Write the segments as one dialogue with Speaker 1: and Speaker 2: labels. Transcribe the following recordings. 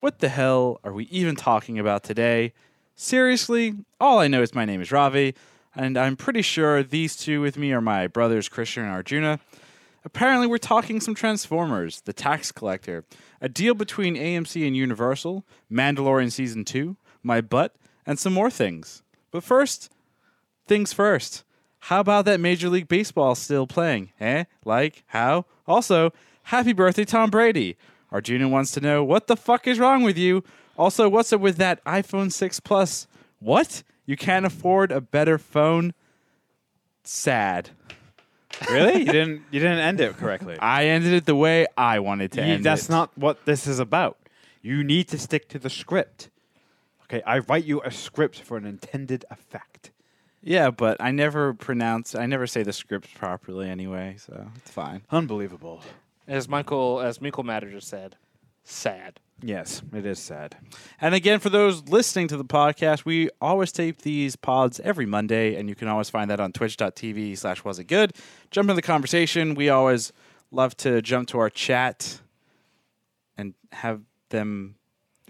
Speaker 1: What the hell are we even talking about today? Seriously, all I know is my name is Ravi, and I'm pretty sure these two with me are my brothers Krishna and Arjuna. Apparently, we're talking some Transformers, The Tax Collector, a deal between AMC and Universal, Mandalorian Season 2, my butt, and some more things. But first, things first. How about that Major League Baseball still playing? Eh? Like, how? Also, happy birthday, Tom Brady. Arjuna wants to know what the fuck is wrong with you? Also, what's up with that iPhone 6 Plus? What? You can't afford a better phone? Sad.
Speaker 2: you
Speaker 1: Really?
Speaker 2: didn't you didn't end it correctly.
Speaker 1: I ended it the way I wanted to
Speaker 2: You-
Speaker 1: end
Speaker 2: that's
Speaker 1: it.
Speaker 2: not what this is about. You need to stick to the script. Okay, I write you a script for an intended effect.
Speaker 1: Yeah, but I never pronounce, I never say the scripts properly anyway, so it's fine.
Speaker 2: Unbelievable.
Speaker 3: As Michael, as Michael Matter just said, sad.
Speaker 2: Yes, it is sad.
Speaker 1: And again, for those listening to the podcast, we always tape these pods every Monday, and you can always find that on twitch.tv slash was it good. Jump in the conversation. We always love to jump to our chat and have them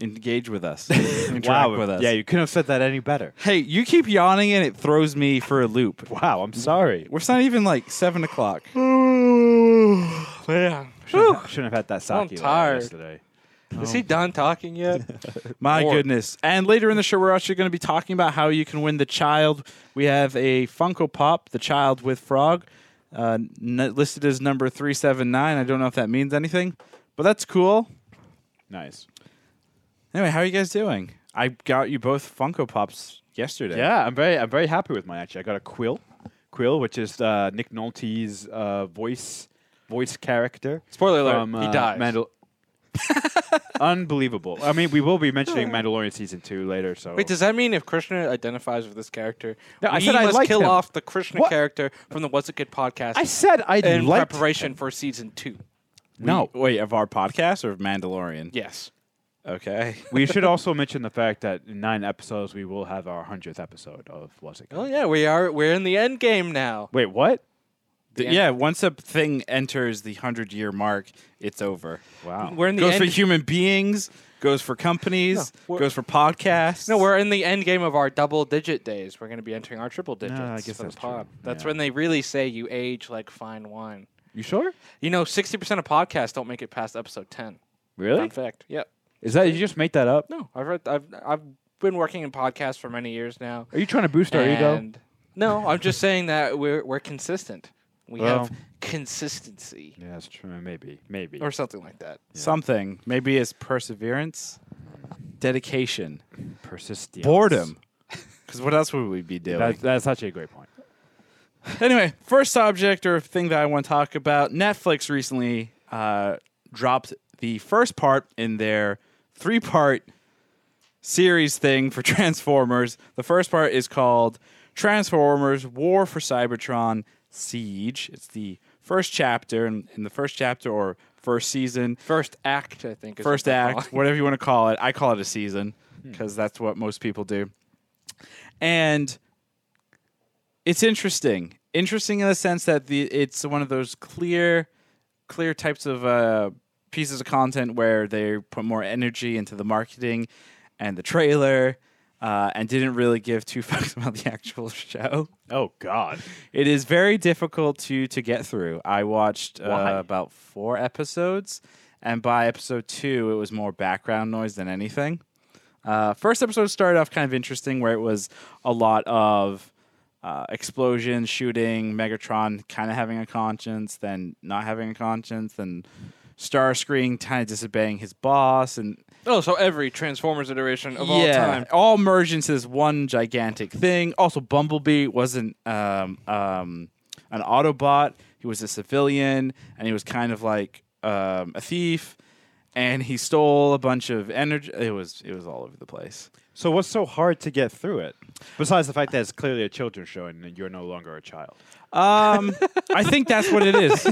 Speaker 1: engage with us, interact with us.
Speaker 2: Yeah, you couldn't have said that any better.
Speaker 1: hey, you keep yawning and it throws me for a loop.
Speaker 2: Wow, I'm sorry.
Speaker 1: It's not even like 7 o'clock.
Speaker 3: Man,
Speaker 2: Shouldn't, have- shouldn't have had that sake
Speaker 3: I'm
Speaker 2: like
Speaker 3: tired.
Speaker 2: yesterday.
Speaker 3: is he done talking yet?
Speaker 1: My
Speaker 3: Or-
Speaker 1: goodness. And later in the show, we're actually going to be talking about how you can win the child. We have a Funko Pop, the child with frog, uh, n- listed as number 379. I don't know if that means anything, but that's cool.
Speaker 2: Nice.
Speaker 1: Anyway, how are you guys doing? I got you both Funko Pops yesterday.
Speaker 2: Yeah, I'm very I'm very happy with mine actually. I got a quill, quill, which is uh, Nick Nolte's uh, voice voice character.
Speaker 3: Spoiler alert,
Speaker 2: from,
Speaker 3: he
Speaker 2: uh,
Speaker 3: dies.
Speaker 2: Mandal- Unbelievable. I mean, we will be mentioning Mandalorian season two later. So
Speaker 3: Wait, does that mean if Krishna identifies with this character,
Speaker 2: No, I
Speaker 3: we
Speaker 2: said I
Speaker 3: must
Speaker 2: like
Speaker 3: kill
Speaker 2: him.
Speaker 3: off the Krishna
Speaker 2: What?
Speaker 3: character from the What's a Good podcast
Speaker 2: I said I
Speaker 3: in
Speaker 2: liked
Speaker 3: preparation for season two?
Speaker 1: No. Wait, of our podcast or of Mandalorian?
Speaker 3: Yes.
Speaker 1: Okay.
Speaker 2: we should also mention the fact that in nine episodes we will have our hundredth episode of What's It
Speaker 3: Oh
Speaker 2: Called?
Speaker 3: yeah, we are. We're in the end game now.
Speaker 2: Wait, what?
Speaker 1: yeah. once a thing enters the 100 year mark, it's over.
Speaker 2: Wow.
Speaker 3: We're in the
Speaker 1: goes
Speaker 3: end.
Speaker 1: for human beings, goes for companies,
Speaker 3: No, we're-
Speaker 1: goes for podcasts.
Speaker 3: no, we're in the end game of our double digit days. We're going to be entering our triple digits
Speaker 2: I guess
Speaker 3: for
Speaker 2: that's
Speaker 3: the pod.
Speaker 2: true.
Speaker 3: That's
Speaker 2: Yeah.
Speaker 3: when they really say you age like fine wine.
Speaker 2: you sure?
Speaker 3: You know, sixty percent of podcasts don't make it past episode ten.
Speaker 2: Really?
Speaker 3: Fun fact. Yep.
Speaker 2: Is that you just made that up?
Speaker 3: No, I've read. I've I've been working in podcasts for many years now.
Speaker 2: Are you trying to boost our ego?
Speaker 3: And- No, I'm just saying that we're we're consistent. We have
Speaker 2: Well.
Speaker 3: consistency
Speaker 2: Yeah, that's true. Maybe, maybe.
Speaker 3: or something like that.
Speaker 1: something. Maybe it's perseverance, dedication,
Speaker 2: persistence.
Speaker 1: boredom. Because what else would we be doing?
Speaker 2: That, that's actually a great point.
Speaker 1: anyway, first subject or thing that I want to talk about Netflix recently uh, dropped the first part in their three part series thing for Transformers. The first part is called Transformers War for Cybertron Siege. It's the first chapter, and in the first chapter or first season,
Speaker 3: First act, I think. Is what
Speaker 1: first
Speaker 3: they
Speaker 1: act,
Speaker 3: call it. Hmm.
Speaker 1: whatever you want to call it. I call it a season because that's what most people do. And it's interesting. Interesting in the sense that the it's one of those clear, clear types of uh, pieces of content where they put more energy into the marketing and the trailer, uh, and didn't really give two fucks about the actual show.
Speaker 2: Oh God.
Speaker 1: It is very difficult to to get through. I watched
Speaker 2: Why?
Speaker 1: uh, about four episodes, and by episode two, it was more background noise than anything. Uh, first episode started off kind of interesting, where it was a lot of uh, explosions, shooting, Megatron kind of having a conscience, then not having a conscience, then Starscream kind of disobeying his boss, and
Speaker 3: Oh, so every Transformers iteration of all time.
Speaker 1: all merged into this one gigantic thing. Also, Bumblebee wasn't um, um, an Autobot. He was a civilian, and he was kind of like um, a thief. And he stole a bunch of energy. It was it was all over the place.
Speaker 2: So what's so hard to get through it? Besides the fact that it's clearly a children's show and you're no longer a child.
Speaker 1: Um, I think that's what it is.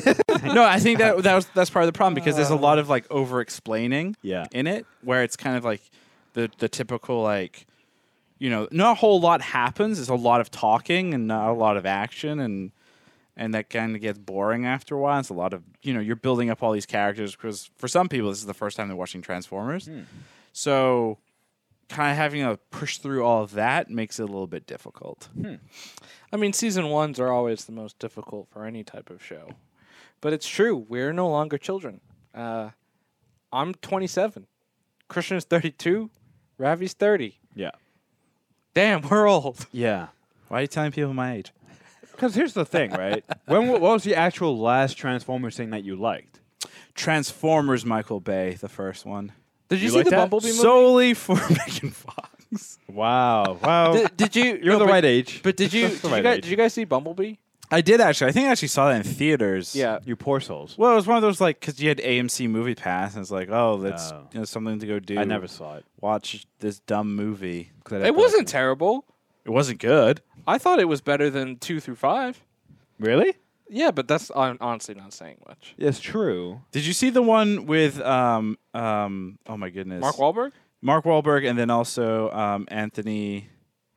Speaker 1: No, I think that that was that's part of the problem because there's a lot of like over explaining.
Speaker 2: Yeah.
Speaker 1: in it where it's kind of like the the typical like you know not a whole lot happens there's a lot of talking and not a lot of action and and that kind of gets boring after a while it's a lot of you know you're building up all these characters because for some people this is the first time they're watching transformers So, kind of having to push through all of that makes it a little bit difficult.
Speaker 3: I mean, season ones are always the most difficult for any type of show. But it's true. We're no longer children. Uh, I'm 27. Christian is 32. Ravi's 30.
Speaker 2: Yeah.
Speaker 3: Damn, we're old.
Speaker 2: Yeah.
Speaker 1: Why are you telling people my age?
Speaker 2: Because here's the thing, right? when wa- what was the actual last Transformers thing that you liked?
Speaker 1: Transformers, Michael Bay, the first one,
Speaker 3: Did you,
Speaker 2: You
Speaker 3: see
Speaker 2: like
Speaker 3: the
Speaker 2: that?
Speaker 3: Bumblebee movie?
Speaker 1: solely for Megan Fox.
Speaker 2: Wow. Wow.
Speaker 3: Did, did you?
Speaker 2: You're
Speaker 3: no,
Speaker 2: the
Speaker 3: but-
Speaker 2: right age.
Speaker 3: But did you?
Speaker 2: That's
Speaker 3: Did
Speaker 2: the
Speaker 3: you,
Speaker 2: right
Speaker 3: guys,
Speaker 2: age.
Speaker 3: did you guys see Bumblebee?
Speaker 1: I did actually. I think I actually saw that in theaters.
Speaker 3: Yeah.
Speaker 2: you poor souls.
Speaker 1: Well, it was one of those like because you had AMC Movie Pass, and it's like, oh, that's
Speaker 2: Oh.
Speaker 1: you know, something to go do.
Speaker 2: I never saw it.
Speaker 1: watch this dumb movie.
Speaker 3: It wasn't terrible.
Speaker 1: It wasn't good.
Speaker 3: I thought it was better than two through five.
Speaker 2: Really?
Speaker 3: Yeah, but that's hon- honestly not saying much.
Speaker 2: It's true.
Speaker 1: Did you see the one with um um oh my goodness
Speaker 3: Mark Wahlberg.
Speaker 1: Mark Wahlberg and then also um Anthony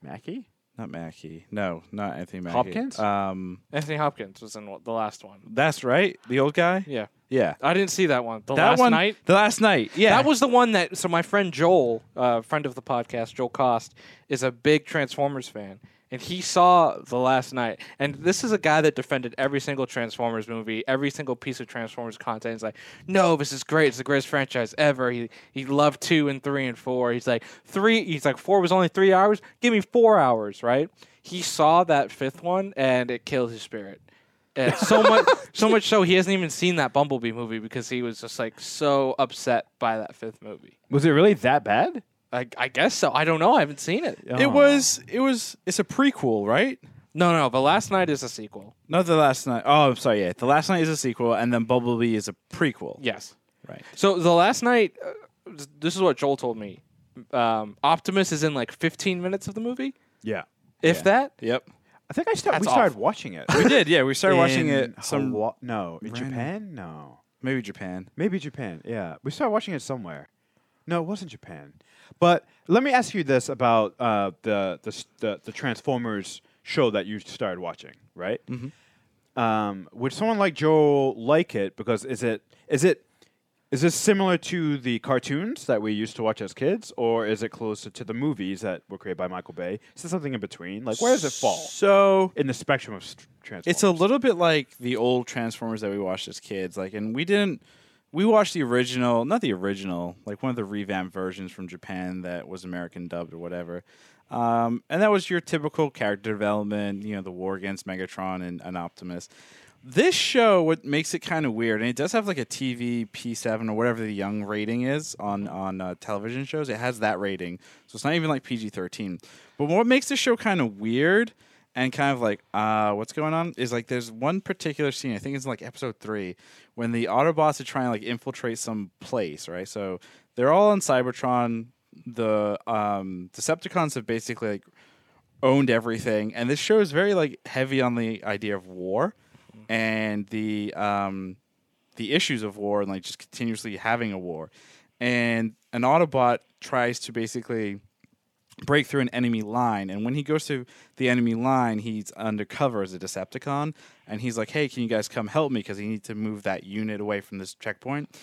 Speaker 2: Mackie?
Speaker 1: not Mackie no not Anthony Mackie
Speaker 2: Hopkins?
Speaker 1: um
Speaker 3: Anthony Hopkins was in wa- the last one.
Speaker 1: that's right the old guy
Speaker 3: Yeah,
Speaker 1: yeah
Speaker 3: I didn't see that one. The
Speaker 1: that
Speaker 3: last
Speaker 1: one
Speaker 3: night.
Speaker 1: the last night yeah
Speaker 3: That was the one that. So my friend Joel, uh, friend of the podcast, Joel Cost, is a big Transformers fan, and he saw the last night. And this is a guy that defended every single Transformers movie, every single piece of Transformers content. He's like, "No, this is great. It's the greatest franchise ever." He he loved two and three and four. He's like three. He's like four was only three hours. Give me four hours, right? He saw that fifth one, and it killed his spirit. And so much, so much so he hasn't even seen that Bumblebee movie because he was just like so upset by that fifth movie.
Speaker 2: Was it really that bad?
Speaker 3: I, I guess so. I don't know. I haven't seen it.
Speaker 1: it was it was it's a prequel right
Speaker 3: No, no. But last night is a sequel.
Speaker 1: not the last night oh I'm sorry yeah the last night is a sequel and then Bumblebee is a prequel
Speaker 3: Yes.
Speaker 1: right
Speaker 3: So the last night, uh, this is what Joel told me. Um, Optimus is in like 15 minutes of the movie,
Speaker 2: Yeah.
Speaker 3: if
Speaker 1: Yeah.
Speaker 3: that.
Speaker 1: yep
Speaker 2: I think I started.
Speaker 3: That's
Speaker 2: We
Speaker 3: awful.
Speaker 2: started watching it.
Speaker 1: we did yeah we started watching
Speaker 2: In
Speaker 1: it some
Speaker 2: Hawa- no in
Speaker 1: random-
Speaker 2: Japan. No,
Speaker 1: maybe Japan
Speaker 2: maybe Japan. Yeah, we started watching it somewhere. No, it wasn't Japan. But let me ask you this about uh, the, the s- the the Transformers show that you started watching, right? Um, would someone like Joel like it? Because is it is it is this similar to the cartoons that we used to watch as kids, or is it closer to the movies that were created by Michael Bay? Is it something in between? Like, where does it fall
Speaker 1: so
Speaker 2: in the spectrum of s- Transformers?
Speaker 1: It's a little bit like the old Transformers that we watched as kids. Like, and we didn't. We watched the original, not the original, like one of the revamped versions from Japan that was American dubbed or whatever. Um, and that was your typical character development, you know, the war against Megatron and, and Optimus. This show, what makes it kind of weird, and it does have like a TV P7 or whatever the young rating is on on uh, television shows. It has that rating, so it's not even like PG thirteen. But what makes this show kind of weird and kind of like, uh, what's going on? Is like there's one particular scene, I think it's in like episode three, when the Autobots are trying to like infiltrate some place, right? So they're all on Cybertron. The um, Decepticons have basically like owned everything, and this show is very like heavy on the idea of war and the um, the issues of war and like just continuously having a war. And an Autobot tries to basically break through an enemy line. And when he goes through the enemy line, he's undercover as a Decepticon. And he's like, hey, can you guys come help me? Because he needs to move that unit away from this checkpoint.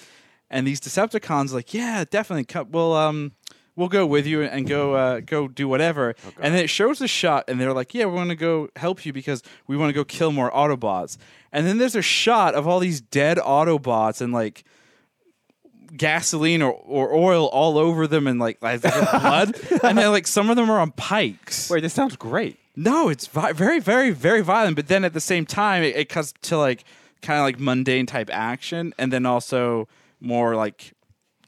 Speaker 1: And these Decepticons, like, yeah, definitely. Come, we'll, um, we'll go with you and go uh, go do whatever. and then it shows a shot, and they're like, yeah, we want to go help you because we want to go kill more Autobots. And then there's a shot of all these dead Autobots and like gasoline or, or oil all over them and like as they get blood and then like some of them are on pikes
Speaker 2: Wait, this sounds great.
Speaker 1: no it's vi- very very very violent but then at the same time it, it cuts to like kind of like mundane type action and then also more like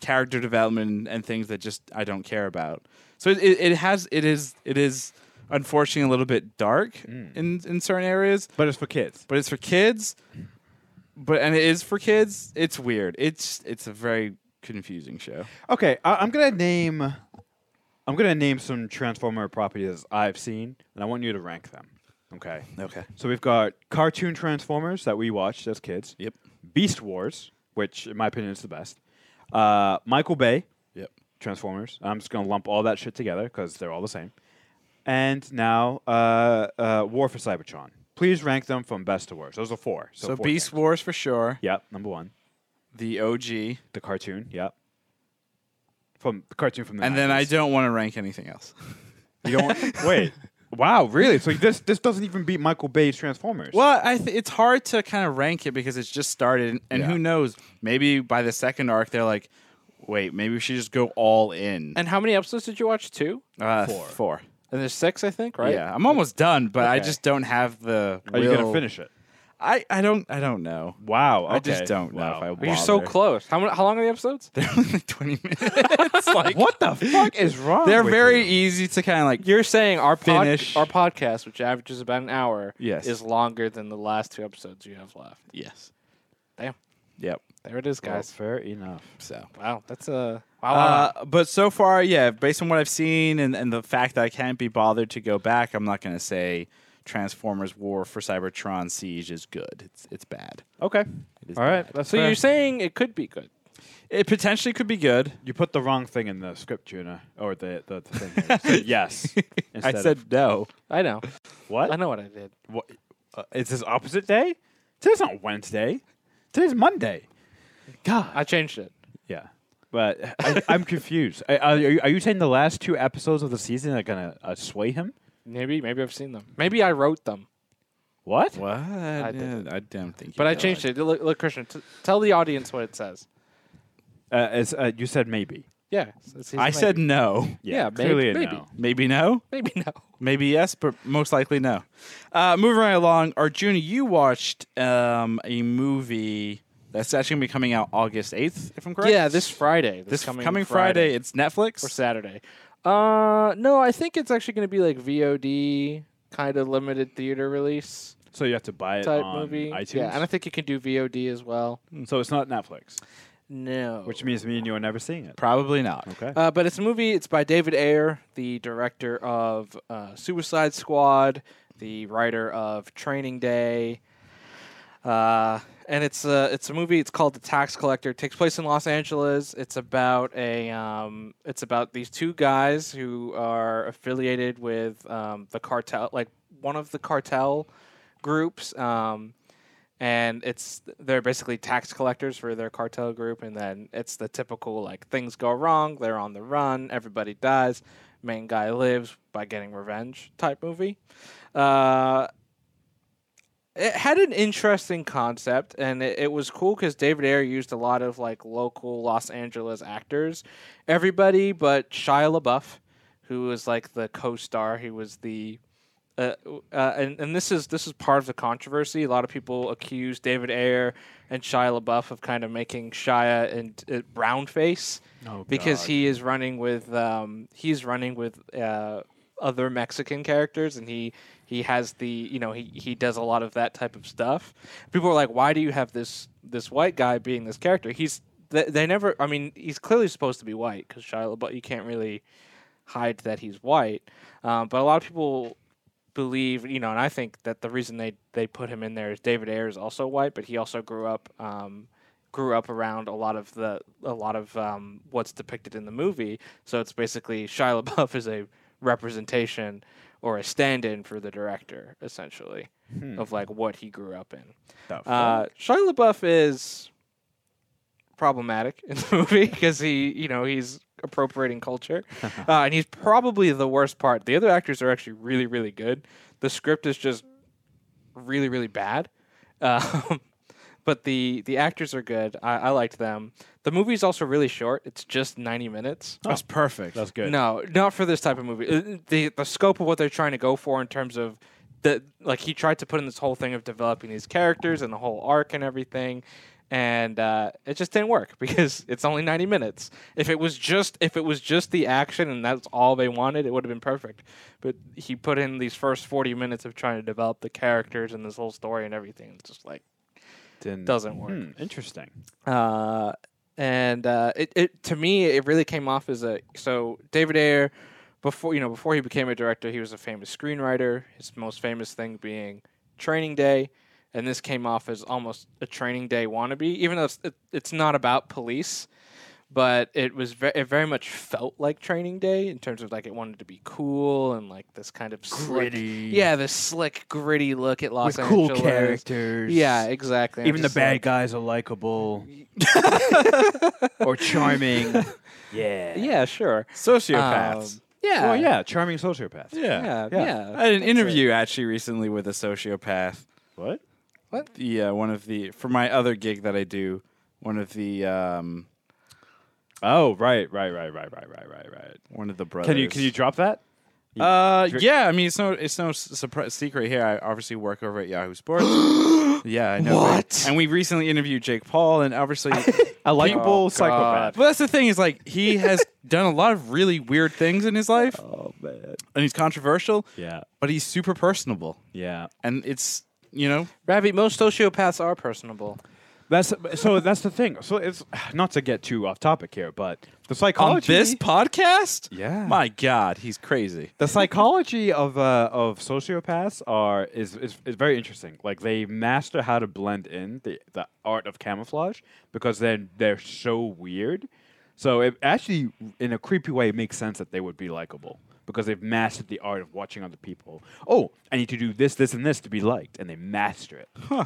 Speaker 1: character development and things that just i don't care about so it, it, it has it is it is unfortunately a little bit dark in in certain areas
Speaker 2: But it's for kids.
Speaker 1: but it's for kids. But and it is for kids. It's weird. It's it's a very confusing show.
Speaker 2: Okay, I, I'm gonna name. I'm gonna name some Transformer properties I've seen, and I want you to rank them. Okay.
Speaker 1: Okay.
Speaker 2: So we've got cartoon Transformers that we watched as kids.
Speaker 1: Yep.
Speaker 2: Beast Wars, which in my opinion is the best. Uh, Michael Bay
Speaker 1: Yep.
Speaker 2: Transformers. I'm just gonna lump all that shit together because they're all the same. And now, uh, uh, War for Cybertron. Please rank them from best to worst. Those are four. So,
Speaker 1: So
Speaker 2: four
Speaker 1: Beast
Speaker 2: things.
Speaker 1: Wars for sure.
Speaker 2: Yep. Number one.
Speaker 1: The OG.
Speaker 2: The cartoon. Yep. from the cartoon from the.
Speaker 1: and then I
Speaker 2: 90s.
Speaker 1: don't want to rank anything else.
Speaker 2: You don't wait. Wow, really? So this this doesn't even beat Michael Bay's Transformers.
Speaker 1: Well, I th- it's hard to kind of rank it because it's just started, and, and
Speaker 2: Yeah.
Speaker 1: who knows? Maybe by the second arc, they're like, "Wait, maybe we should just go all in."
Speaker 3: And how many episodes did you watch? Two.
Speaker 1: uh,
Speaker 2: Four.
Speaker 1: four.
Speaker 3: And there's six, I think, right?
Speaker 1: Yeah, I'm almost done, but I
Speaker 3: Okay.
Speaker 1: just don't have the.
Speaker 2: Are you
Speaker 1: will-
Speaker 2: gonna finish it?
Speaker 1: I, I don't I don't know.
Speaker 2: Wow.
Speaker 1: I just
Speaker 2: okay.
Speaker 1: don't know
Speaker 2: Wow.
Speaker 1: if I
Speaker 3: You're so
Speaker 1: bother.
Speaker 3: close. How, many, how long are the episodes?
Speaker 1: They're only like 20 minutes. like
Speaker 2: What the fuck is wrong?
Speaker 1: they're
Speaker 2: with
Speaker 1: very
Speaker 2: you?
Speaker 1: easy to kind of like.
Speaker 3: You're saying our pod,
Speaker 1: Finish.
Speaker 3: our podcast, which averages about an hour,
Speaker 1: Yes.
Speaker 3: is longer than the last two episodes you have left.
Speaker 1: Yes.
Speaker 3: Damn.
Speaker 1: Yep.
Speaker 3: There it is,
Speaker 2: Well,
Speaker 3: guys.
Speaker 2: fair enough.
Speaker 1: So.
Speaker 3: Wow, that's a wow. wow.
Speaker 1: Uh, but so far, yeah, based on what I've seen and, and the fact that I can't be bothered to go back, I'm not going to say Transformers War for Cybertron Siege is good. It's it's bad.
Speaker 2: Okay.
Speaker 1: It is
Speaker 2: All right.
Speaker 1: bad.
Speaker 2: That's
Speaker 3: so
Speaker 2: fair.
Speaker 3: you're saying it could be good.
Speaker 1: It potentially could be good.
Speaker 2: You put the wrong thing in the script, Juna, or the the, the thing. there. You said yes.
Speaker 1: I
Speaker 2: instead of-
Speaker 1: said no.
Speaker 3: I know.
Speaker 2: what?
Speaker 3: I know what I did.
Speaker 2: What? Uh, is this opposite day? Today's not Wednesday. Today's Monday.
Speaker 1: Ah.
Speaker 2: God.
Speaker 3: I changed it.
Speaker 2: yeah. But I, I'm confused. I, I- are, you, are you saying the last two episodes of the season are gonna uh, sway him?
Speaker 3: Maybe, maybe I've seen them. Maybe I wrote them,
Speaker 2: What?
Speaker 1: What? I,
Speaker 3: didn't.
Speaker 1: I don't think.
Speaker 3: but I changed it. Look, look Christian, t- tell the audience what it says.
Speaker 2: Uh, it's, uh, you said maybe.
Speaker 3: Yeah, it's- it's
Speaker 1: I
Speaker 3: maybe.
Speaker 1: said no.
Speaker 3: Yeah, may-
Speaker 2: clearly a
Speaker 3: maybe.
Speaker 2: no.
Speaker 1: Maybe no.
Speaker 3: maybe no.
Speaker 1: Maybe yes, but most likely no. Uh, moving right along, Arjuna, you watched um, a movie that's actually going to be coming out August 8th, if I'm correct?
Speaker 3: Yeah, this Friday.
Speaker 1: This coming, Friday. It's Netflix.
Speaker 3: or Saturday. Uh, no, I think it's actually going to be like VOD kind of limited theater release
Speaker 2: So you have to buy it
Speaker 3: type
Speaker 2: on
Speaker 3: movie.
Speaker 2: iTunes.
Speaker 3: Yeah, and I think you can do VOD as well.
Speaker 2: so it's not Netflix,
Speaker 3: No,
Speaker 2: which means me and you are never seeing it.
Speaker 1: Probably not.
Speaker 2: Okay.
Speaker 3: Uh, but it's a movie. It's by David Ayer, the director of uh, Suicide Squad, the writer of Training Day, uh, and it's a it's a movie. It's called The Tax Collector. It takes place in Los Angeles. It's about a um, it's about these two guys who are affiliated with um, the cartel, like one of the cartel groups. Um, and it's they're basically tax collectors for their cartel group and then it's the typical like things go wrong they're on the run everybody dies main guy lives by getting revenge type movie uh, it had an interesting concept and it, it was cool because david ayer used a lot of like local los angeles actors everybody but shia labeouf who was like the co-star he was the uh, uh, and, and this is this is part of the controversy. A lot of people accuse David Ayer and Shia LaBeouf of kind of making Shia and uh, brown face
Speaker 2: Oh,
Speaker 3: because
Speaker 2: God.
Speaker 3: he is running with um, he's running with uh, other Mexican characters, and he he has the you know he he does a lot of that type of stuff. People are like, why do you have this this white guy being this character? He's they, they never. I mean, he's clearly supposed to be white because Shia LaBeouf. You can't really hide that he's white. Um, but a lot of people believe, you know, and I think that the reason they they put him in there is David Ayer is also white, but he also grew up um, grew up around a lot of the a lot of um, what's depicted in the movie. So it's basically Shia LaBeouf is a representation or a stand-in for the director, essentially, of like what he grew up in.
Speaker 2: The
Speaker 3: Uh, Shia LaBeouf is problematic in the movie because he, you know, he's appropriating culture, uh, and he's probably the worst part. The other actors are actually really, really good. The script is just really, really bad, um, but the the actors are good. I, I liked them. The movie's also really short. It's just ninety minutes.
Speaker 1: That's perfect.
Speaker 2: That's good.
Speaker 3: No, not for this type of movie. Uh, The the scope of what they're trying to go for in terms of the like he tried to put in this whole thing of developing these characters and the whole arc and everything, and uh, it just didn't work because it's only ninety minutes. If it was just if it was just the action and that's all they wanted, it would have been perfect. But he put in these first forty minutes of trying to develop the characters and this whole story and everything. It's just like
Speaker 2: Didn't-
Speaker 3: doesn't work.
Speaker 2: Hmm, interesting.
Speaker 3: Uh, and uh, it, it to me it really came off as a so David Ayer before you know before he became a director he was a famous screenwriter his most famous thing being Training Day and this came off as almost a Training Day wannabe even though it's, it, it's not about police but it was ve- it very much felt like Training Day in terms of like it wanted to be cool and like this kind of slick-
Speaker 2: Gritty.
Speaker 3: yeah, this slick, gritty look at Los
Speaker 2: with cool
Speaker 3: Angeles.
Speaker 2: characters.
Speaker 3: Yeah, exactly. I'm
Speaker 2: Even the
Speaker 3: just
Speaker 2: bad
Speaker 3: like-
Speaker 2: guys are likable or charming. yeah.
Speaker 3: Yeah, sure.
Speaker 1: Sociopaths.
Speaker 3: Um, yeah.
Speaker 2: Well, yeah, charming sociopaths.
Speaker 1: yeah.
Speaker 3: Yeah.
Speaker 2: yeah.
Speaker 3: yeah.
Speaker 1: I had an interview actually recently with a sociopath.
Speaker 2: What?
Speaker 1: The uh, one of the for my other gig that I do, one of the um,
Speaker 2: Oh, right, right, right, right, right, right, right, right.
Speaker 1: one of the brothers.
Speaker 2: Can you can you drop that?
Speaker 1: Uh, yeah. I mean, it's no it's no surprise, secret here. I obviously work over at Yahoo Sports. yeah, I know.
Speaker 3: What?
Speaker 1: And we recently interviewed Jake Paul, and obviously,
Speaker 2: A likable
Speaker 3: Oh, God.
Speaker 2: psychopath.
Speaker 1: but that's the thing is like he has done a lot of really weird things in his life,
Speaker 2: Oh man.
Speaker 1: and he's controversial.
Speaker 2: Yeah.
Speaker 1: but he's super personable,
Speaker 2: Yeah.
Speaker 1: and it's you know
Speaker 3: Ravi, most sociopaths are personable.
Speaker 2: That's so. That's the thing. So it's not to get too off topic here, but the
Speaker 1: on
Speaker 2: psychology.
Speaker 1: this podcast.
Speaker 2: Yeah.
Speaker 1: my God, he's crazy.
Speaker 2: the psychology of uh, of sociopaths are is, is is very interesting. Like they master how to blend in the, the art of camouflage because then they're so weird. So it actually, in a creepy way, it makes sense that they would be likable because they've mastered the art of watching other people. Oh, I need to do this, this, and this to be liked, and they master it. Huh.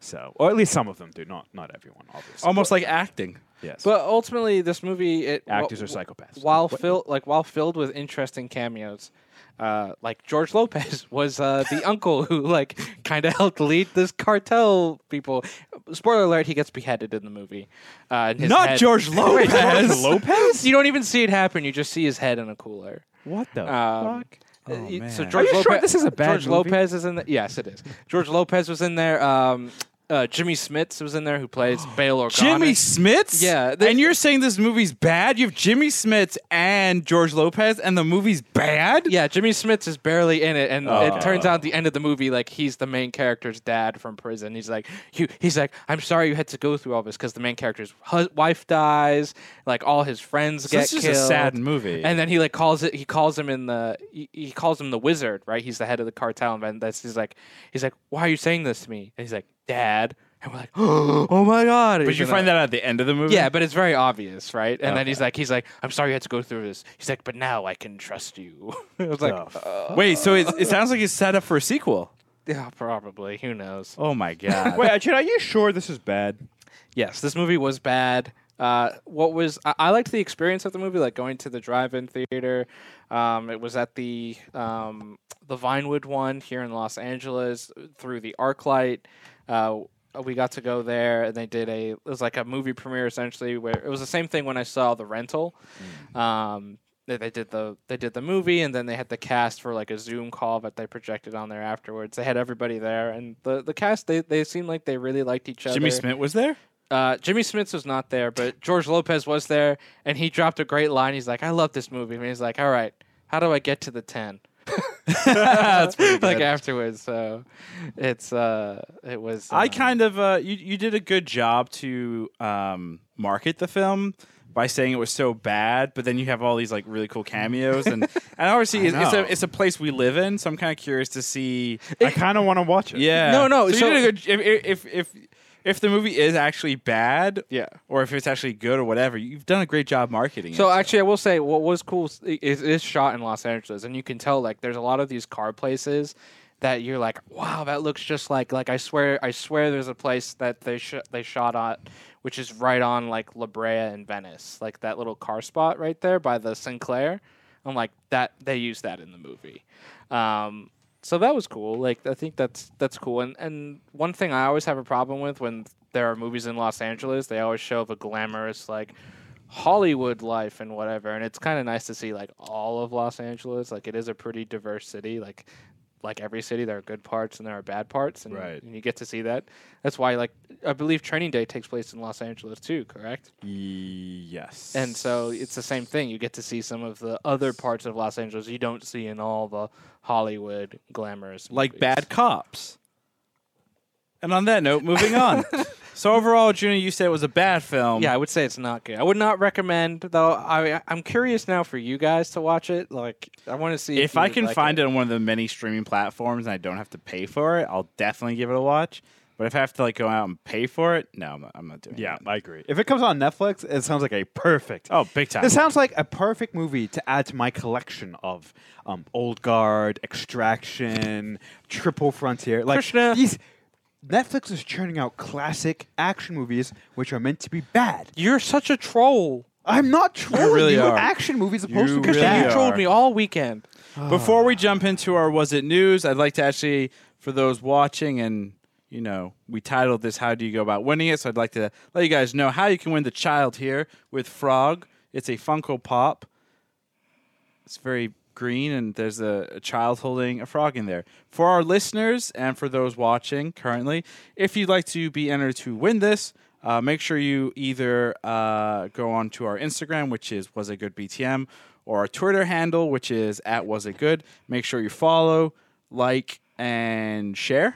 Speaker 2: So, or at least some of them do. Not not everyone, obviously.
Speaker 1: Almost like acting.
Speaker 2: yes.
Speaker 3: But ultimately, this movie it
Speaker 2: actors
Speaker 3: wh-
Speaker 2: are psychopaths.
Speaker 3: while filled like while filled with interesting cameos. Uh, like George Lopez was uh, the uncle who like kind of helped lead this cartel people. Spoiler alert: he gets beheaded in the movie. Uh, and his
Speaker 1: Not
Speaker 3: head-
Speaker 1: George
Speaker 3: Wait,
Speaker 1: Lopez.
Speaker 3: George Lopez. You don't even see it happen. You just see his head in a cooler.
Speaker 2: What the
Speaker 3: Um,
Speaker 2: fuck?
Speaker 3: uh,
Speaker 1: Oh,
Speaker 3: y- So
Speaker 1: man.
Speaker 3: George
Speaker 2: Are you
Speaker 3: Lopez,
Speaker 2: sure this is a bad
Speaker 3: George
Speaker 2: movie?
Speaker 3: Lopez is in there. Yes, it is. George Lopez was in there. Um, uh, Jimmy Smits was in there, who plays Bail Organa.
Speaker 1: Jimmy Smits?
Speaker 3: Yeah, they-
Speaker 1: and you're saying this movie's bad? You have Jimmy Smits and George Lopez, and the movie's bad?
Speaker 3: Yeah, Jimmy Smits is barely in it, and
Speaker 2: Oh.
Speaker 3: it turns out at the end of the movie, like he's the main character's dad from prison. He's like, you, he's like, I'm sorry you had to go through all this because the main character's hus- wife dies, like all his friends
Speaker 1: So
Speaker 3: get
Speaker 1: this is
Speaker 3: killed.
Speaker 1: a sad movie.
Speaker 3: And then he like calls it. He calls him in the. He, he calls him the wizard, right? He's the head of the cartel, and that's he's like, he's like, why are you saying this to me? And he's like, Dad. And we're like, oh my god.
Speaker 1: but you find that out at the end of the movie?
Speaker 3: Yeah, but it's very obvious, right? And then he's like, he's like, I'm sorry you had to go through this. He's like, but now I can trust you. I was like,
Speaker 2: Oh,
Speaker 1: Wait, so it, it sounds like it's set up for a sequel.
Speaker 3: yeah, probably. Who knows?
Speaker 1: Oh my God.
Speaker 2: Wait, Ajit, are you sure this is bad?
Speaker 3: Yes, this movie was bad. Uh, what was I, I liked the experience of the movie, like going to the drive-in theater. Um, it was at the um, the Vinewood one here in Los Angeles through the ArcLight. Uh, we got to go there, and they did a it was like a movie premiere essentially, where it was the same thing when I saw the rental. Um, they, they did the they did the movie and then they had the cast for like a Zoom call that they projected on there afterwards. They had everybody there and the, the cast they, they seemed like they really liked each other.
Speaker 1: Jimmy Smith was there?
Speaker 3: Uh, Jimmy Smits was not there, but George Lopez was there, and he dropped a great line. He's like, "I love this movie," and he's like, "All right, how do I get to the 10?
Speaker 1: That's pretty
Speaker 3: like
Speaker 1: good.
Speaker 3: afterwards, so it's uh, it was.
Speaker 1: I
Speaker 3: um,
Speaker 1: kind of, uh, you, you did a good job to um, market the film by saying it was so bad, but then you have all these like really cool cameos. And, and obviously, it's, it's,
Speaker 2: know.
Speaker 1: a, it's a place we live in, so I'm kind of curious to see.
Speaker 2: I kind of want to watch it.
Speaker 1: Yeah.
Speaker 3: No, no,
Speaker 1: So,
Speaker 3: so-
Speaker 1: you did a good, if, if if if the movie is actually bad,
Speaker 3: Yeah.
Speaker 1: or if it's actually good or whatever, you've done a great job marketing.
Speaker 3: So
Speaker 1: it.
Speaker 3: actually, I will say what was cool is it is shot in Los Angeles, and you can tell like there's a lot of these car places that you're like, wow, that looks just like like I swear I swear there's a place that they sh- they shot at, which is right on like La Brea and Venice, like that little car spot right there by the Sinclair. I'm like that they used that in the movie. Um, so that was cool. Like I think that's that's cool. And and one thing I always have a problem with when there are movies in Los Angeles, they always show the glamorous like Hollywood life and whatever. And it's kind of nice to see like all of Los Angeles. Like it is a pretty diverse city. Like like every city, there are good parts and there are bad parts, and,
Speaker 2: Right.
Speaker 3: and you get to see that. That's why like I believe Training Day takes place in Los Angeles too, correct?
Speaker 2: Yes.
Speaker 3: And so it's the same thing. You get to see some of the other parts of Los Angeles you don't see in all the Hollywood glamorous.
Speaker 1: like
Speaker 3: movies.
Speaker 1: bad cops. And on that note, moving on. so overall, Junior, you said it was a bad film.
Speaker 3: Yeah, I would say it's not good. I would not recommend though. I I'm curious now for you guys to watch it. Like I want to see
Speaker 1: If I can find it. on one of the many streaming platforms and I don't have to pay for it, I'll definitely give it a watch. But if I have to like go out and pay for it, no, I'm not, I'm not doing
Speaker 2: Yeah,
Speaker 1: that.
Speaker 2: I agree. If it comes on Netflix, it sounds like a perfect.
Speaker 1: Oh, big time.
Speaker 2: This sounds like a perfect movie to add to my collection of um, Old Guard, Extraction, Triple Frontier. Like
Speaker 3: Krishna.
Speaker 2: these, Netflix is churning out classic action movies which are meant to be bad.
Speaker 3: You're such a troll.
Speaker 2: I'm not trolling you.
Speaker 1: really are.
Speaker 2: Action movies are supposed
Speaker 1: You
Speaker 2: to be
Speaker 3: Christian,
Speaker 1: really
Speaker 3: you
Speaker 2: bad.
Speaker 3: trolled me all weekend.
Speaker 1: Before we jump into our was it news, I'd like to actually for those watching and you know, we titled this how do you go about winning it, so I'd like to let you guys know how you can win the child here with Frog. It's a Funko Pop. It's very green and there's a, a child holding a frog in there. For our listeners and for those watching currently, if you'd like to be entered to win this, uh, make sure you either uh, go on to our Instagram, which is was a good BTM, or our Twitter handle, which is at was it good. Make sure you follow, like, and share,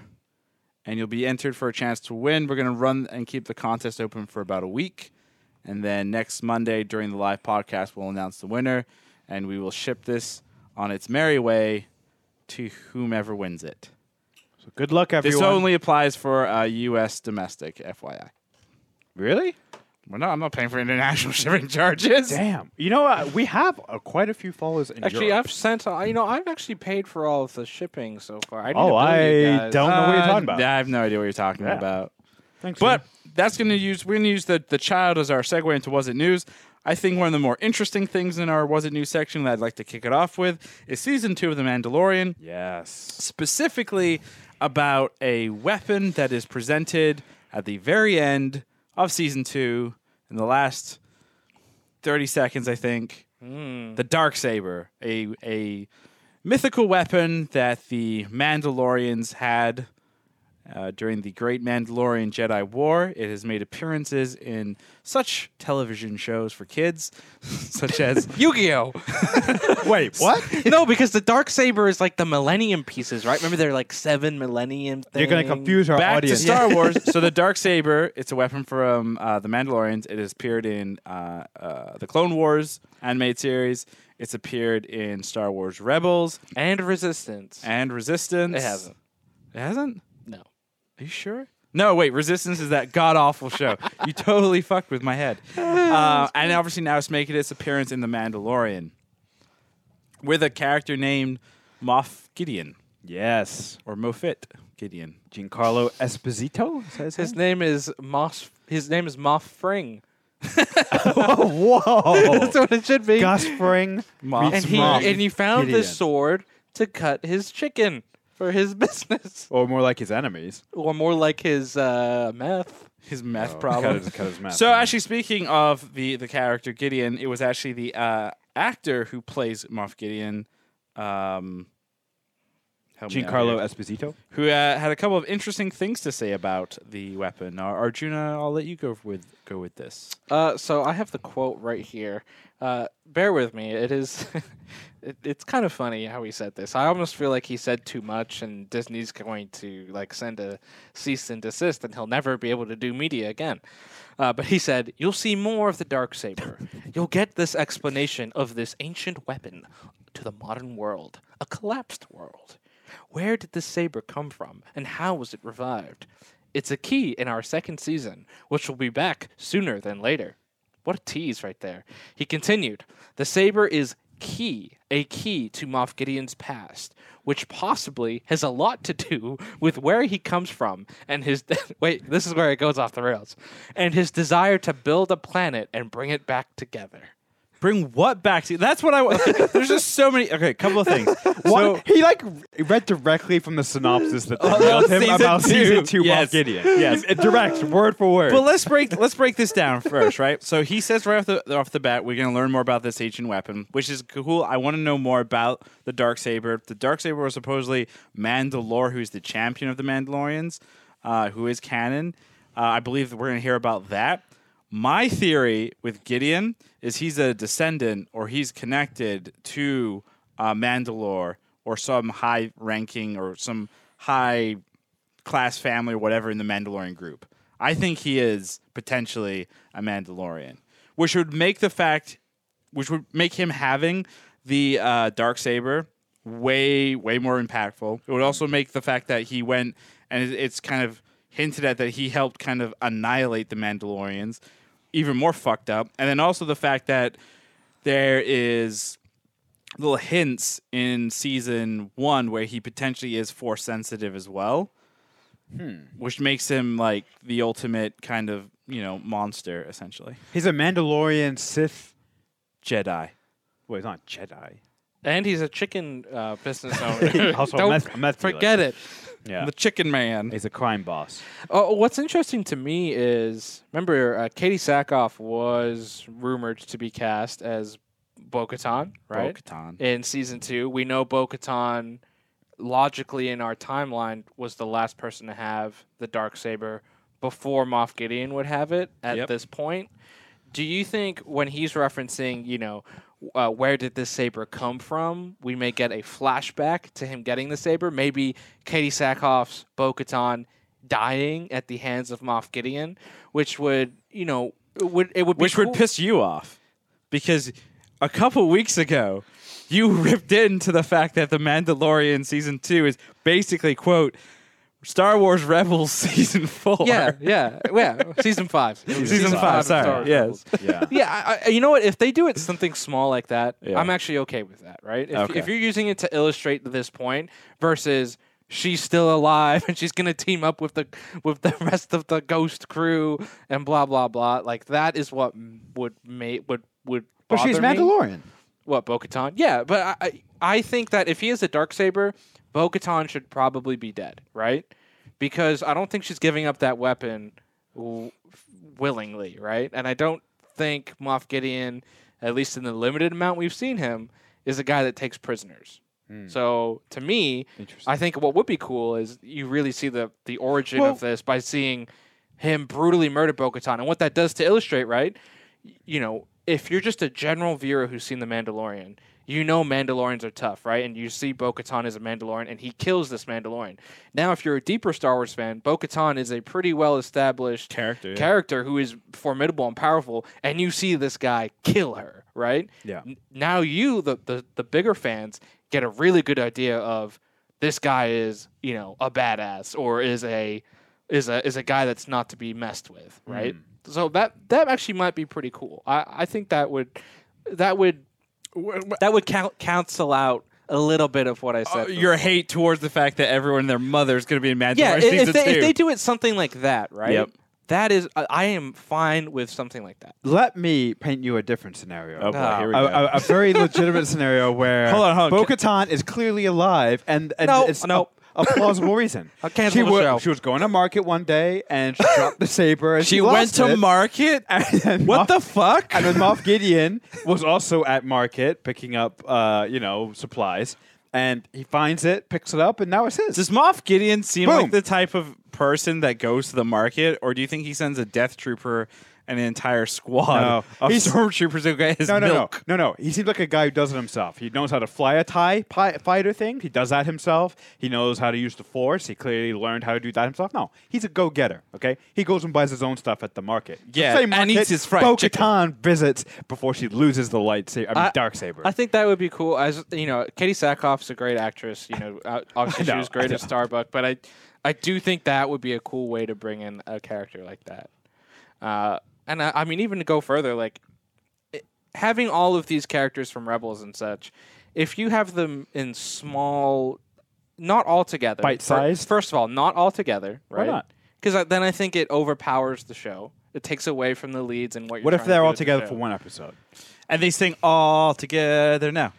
Speaker 1: and you'll be entered for a chance to win. We're gonna run and keep the contest open for about a week. And then next Monday during the live podcast, we'll announce the winner and we will ship this on its merry way to whomever wins it.
Speaker 2: So good luck,
Speaker 1: This
Speaker 2: everyone.
Speaker 1: only applies for uh, U.S. domestic, FYI.
Speaker 2: really?
Speaker 1: Well, no, I'm not paying for international shipping charges.
Speaker 2: Damn. You know what? We have uh, quite a few followers in
Speaker 3: Actually,
Speaker 2: Europe.
Speaker 3: I've sent. uh, You know, I've actually paid for all of the shipping so far. I need to
Speaker 2: Oh,
Speaker 3: bill you
Speaker 2: I
Speaker 3: guys.
Speaker 2: don't know what you're talking
Speaker 1: Uh,
Speaker 2: about.
Speaker 1: I have no idea what you're talking
Speaker 2: Yeah.
Speaker 1: about.
Speaker 2: Thanks,
Speaker 1: But that's going to use, we're going to use the, the child as our segue into Was It News. I think one of the more interesting things in our Was It News section that I'd like to kick it off with is season two of The Mandalorian.
Speaker 2: yes.
Speaker 1: specifically about a weapon that is presented at the very end of season two in the last 30 seconds i think the dark saber a, a mythical weapon that the mandalorians had uh, during the great mandalorian jedi war it has made appearances in such television shows for kids such as
Speaker 3: Yu-Gi-Oh.
Speaker 2: Wait, what?
Speaker 3: no, because the dark saber is like the Millennium pieces, right? Remember, they're like seven Millennium. Things.
Speaker 2: You're going to confuse our
Speaker 1: back
Speaker 2: audience.
Speaker 1: to Star Wars. So the dark saber, it's a weapon from uh, the Mandalorians. It has appeared in uh, uh, the Clone Wars animated series. It's appeared in Star Wars Rebels
Speaker 3: and Resistance.
Speaker 1: and Resistance.
Speaker 3: it hasn't.
Speaker 1: It hasn't.
Speaker 3: No.
Speaker 1: Are you sure? No, wait. Resistance is that god awful show. you totally fucked with my head. Uh, and obviously now it's making its appearance in the Mandalorian with a character named Moff Gideon
Speaker 2: Yes.
Speaker 1: or Mofit Gideon.
Speaker 2: Giancarlo Esposito? Is that his
Speaker 3: His
Speaker 2: name?
Speaker 3: name is Moss. His name is Moff Fring.
Speaker 2: Oh, whoa.
Speaker 3: That's what it should be.
Speaker 2: Gus Fring.
Speaker 1: Moss.
Speaker 2: meets
Speaker 3: and he
Speaker 2: Moff
Speaker 3: and he found
Speaker 2: Gideon.
Speaker 3: this sword to cut his chicken for his business,
Speaker 2: Or more like his enemies.
Speaker 3: or more like his uh, meth.
Speaker 1: His meth
Speaker 2: Oh,
Speaker 1: problem.
Speaker 2: cut his- cut his mouth.
Speaker 1: So actually, speaking of the the character Gideon, it was actually the uh, actor who plays Moff Gideon, um, help me out
Speaker 2: Giancarlo
Speaker 1: here,
Speaker 2: Esposito?
Speaker 1: who uh, had a couple of interesting things to say about the weapon. Ar- Arjuna, I'll let you go with go with this.
Speaker 3: Uh, so I have the quote right here. Uh, bear with me. It is, it, it's kind of funny how he said this. I almost feel like he said too much, and Disney's going to like send a cease and desist, and he'll never be able to do media again. Uh, but he said, "You'll see more of the dark saber. You'll get this explanation of this ancient weapon to the modern world, a collapsed world. Where did this saber come from, and how was it revived? It's a key in our second season, which will be back sooner than later. What a tease right there. He continued, The saber is key, a key to Moff Gideon's past, which possibly has a lot to do with where he comes from and his. wait, this is where it goes off the rails. And his desire to build a planet and bring it back together.
Speaker 1: Bring what back to you? That's what I. wa- There's just so many. Okay, a couple of things. So
Speaker 2: What? he like read directly from the synopsis that they
Speaker 1: that
Speaker 2: told
Speaker 1: was
Speaker 2: him
Speaker 1: season
Speaker 2: about
Speaker 1: two.
Speaker 2: season two
Speaker 1: Yes.
Speaker 2: Moff Gideon. Yes, it direct, word for word.
Speaker 1: But let's break let's break this down first, right? So he says right off the off the bat, we're gonna learn more about this ancient weapon, which is cool. I want to know more about the dark saber. The dark saber was supposedly Mandalore, who's the champion of the Mandalorians, uh, who is canon. Uh, I believe that we're gonna hear about that. My theory with Gideon is he's a descendant or he's connected to uh, Mandalore or some high ranking or some high class family or whatever in the Mandalorian group. I think he is potentially a Mandalorian, which would make the fact, which would make him having the uh, dark saber way way more impactful. It would also make the fact that he went and it- it's kind of hinted at that he helped kind of annihilate the Mandalorians, even more fucked up. And then also the fact that there is little hints in season one where he potentially is force sensitive as well, which makes him like the ultimate kind of you know monster essentially
Speaker 2: He's a Mandalorian Sith.
Speaker 1: Jedi.
Speaker 2: Well, he's not Jedi.
Speaker 3: And he's a chicken uh, business owner.
Speaker 2: Also a
Speaker 3: Don't
Speaker 2: meth- a meth dealer.
Speaker 3: forget it.
Speaker 2: Yeah.
Speaker 1: The chicken man.
Speaker 2: He's a crime boss.
Speaker 3: Oh, what's interesting to me is remember uh, Katie Sackhoff was rumored to be cast as Bo-Katan, right?
Speaker 1: Bo-Katan.
Speaker 3: In season two, we know Bo-Katan logically in our timeline was the last person to have the dark saber before Moff Gideon would have it at
Speaker 1: Yep.
Speaker 3: this point. Do you think when he's referencing, you know, uh, where did this saber come from? We may get a flashback to him getting the saber. Maybe Katie Sackhoff's Bo Katan dying at the hands of Moff Gideon, which would, you know, it would it would be
Speaker 1: which
Speaker 3: cool-
Speaker 1: would piss you off because a couple weeks ago you ripped into the fact that the mandalorian season 2 is basically quote star wars rebels season 4
Speaker 3: Yeah, yeah, yeah. Season five. Season,
Speaker 1: season 5,
Speaker 3: of Star
Speaker 1: sorry
Speaker 3: Wars Rebels.
Speaker 1: yes
Speaker 2: Yeah.
Speaker 3: yeah, I, I, you know what? If they do it something small like that,
Speaker 1: Yeah.
Speaker 3: I'm actually okay with that, right? If,
Speaker 1: Okay.
Speaker 3: if you're using it to illustrate this point versus she's still alive and she's gonna team up with the with the rest of the ghost crew and blah blah blah, like that is what m- would make would would.
Speaker 2: but she's
Speaker 3: bother me.
Speaker 2: Mandalorian.
Speaker 3: What Bo-Katan? Yeah, but I, I I think that if he is a dark saber, Bo-Katan should probably be dead, right? Because I don't think she's giving up that weapon w- willingly, right? And I don't think Moff Gideon, at least in the limited amount we've seen him, is a guy that takes prisoners. So to me,
Speaker 2: Interesting.
Speaker 3: I think what would be cool is you really see the the origin
Speaker 2: Well-
Speaker 3: of this by seeing him brutally murder Bo-Katan, and what that does to illustrate, right? y- You know, if you're just a general viewer who's seen The Mandalorian, you know Mandalorians are tough, right? And you see Bo-Katan is a Mandalorian, and he kills this Mandalorian. Now, if you're a deeper Star Wars fan, Bo-Katan is a pretty well-established
Speaker 1: Character, yeah.
Speaker 3: character who is formidable and powerful, and you see this guy kill her, right?
Speaker 2: Yeah.
Speaker 3: N- now you, the, the the bigger fans, get a really good idea of this guy is you know a badass or is a is a is a guy that's not to be messed with,
Speaker 1: Hmm.
Speaker 3: right? So that that actually might be pretty cool. I I think that would that would that would count, counsel out a little bit of what I
Speaker 1: Uh,
Speaker 3: said.
Speaker 1: your hate towards the fact that everyone and their mother is going to be in mandalorian
Speaker 3: yeah, if,
Speaker 1: season
Speaker 3: if they,
Speaker 1: 2
Speaker 3: if they do it something like that, right?
Speaker 1: Yep.
Speaker 3: That is, I- I am fine with something like that.
Speaker 2: Let me paint you a different scenario.
Speaker 1: oh boy
Speaker 3: No.
Speaker 1: here we
Speaker 2: a,
Speaker 1: go
Speaker 2: a, a very legitimate scenario where
Speaker 1: Hold on, hold on.
Speaker 2: Bo-Katan is clearly alive, and, and
Speaker 3: No,
Speaker 2: it's
Speaker 3: no.
Speaker 2: A, a plausible reason.
Speaker 3: I'll cancel
Speaker 2: she,
Speaker 3: the
Speaker 2: wa-
Speaker 3: show.
Speaker 2: she was going to market one day, and she dropped the saber. And she,
Speaker 1: she went
Speaker 2: lost
Speaker 1: to
Speaker 2: it.
Speaker 1: market
Speaker 2: then
Speaker 1: what
Speaker 2: Moff-
Speaker 1: the fuck
Speaker 2: and then Moff Gideon was also at market picking up, uh, you know, supplies, and he finds it, picks it up, and now it's his.
Speaker 1: does Moff Gideon seem
Speaker 2: Boom.
Speaker 1: like the type of person that goes to the market, or do you think he sends a death trooper and an entire squad
Speaker 2: No.
Speaker 1: of
Speaker 2: He's-
Speaker 1: stormtroopers to get his
Speaker 2: no, no,
Speaker 1: milk?
Speaker 2: no, no, no. He seems like a guy who does it himself. He knows how to fly a tie pi- fighter thing. He does that himself. He knows how to use the force. He clearly learned how to do that himself. No, he's a go-getter. Okay, he goes and buys his own stuff at the market. The
Speaker 1: Yeah,
Speaker 2: same
Speaker 1: and
Speaker 2: market
Speaker 1: eats his fried
Speaker 2: Bo-Katan visits before she loses the lightsaber. I mean,
Speaker 3: I-
Speaker 2: dark saber.
Speaker 3: I think that would be cool. As you know, Katie Sackhoff's a great actress. You know, uh, obviously
Speaker 2: I
Speaker 3: she
Speaker 2: know,
Speaker 3: was
Speaker 2: I
Speaker 3: great
Speaker 2: know.
Speaker 3: at Starbuck, but I, I do think that would be a cool way to bring in a character like that. Uh, and I, I mean, even to go further, like it- having all of these characters from Rebels and such, if you have them in small, not all together, fir-
Speaker 2: Bite-sized?
Speaker 3: First of all, not all together, right?
Speaker 2: not?
Speaker 3: Because then I think it overpowers the show. It takes away from the leads and what. You're
Speaker 2: what if
Speaker 3: trying to
Speaker 2: they're
Speaker 3: do
Speaker 2: all
Speaker 3: with the
Speaker 2: together
Speaker 3: show.
Speaker 2: for one episode?
Speaker 1: And they sing all together now.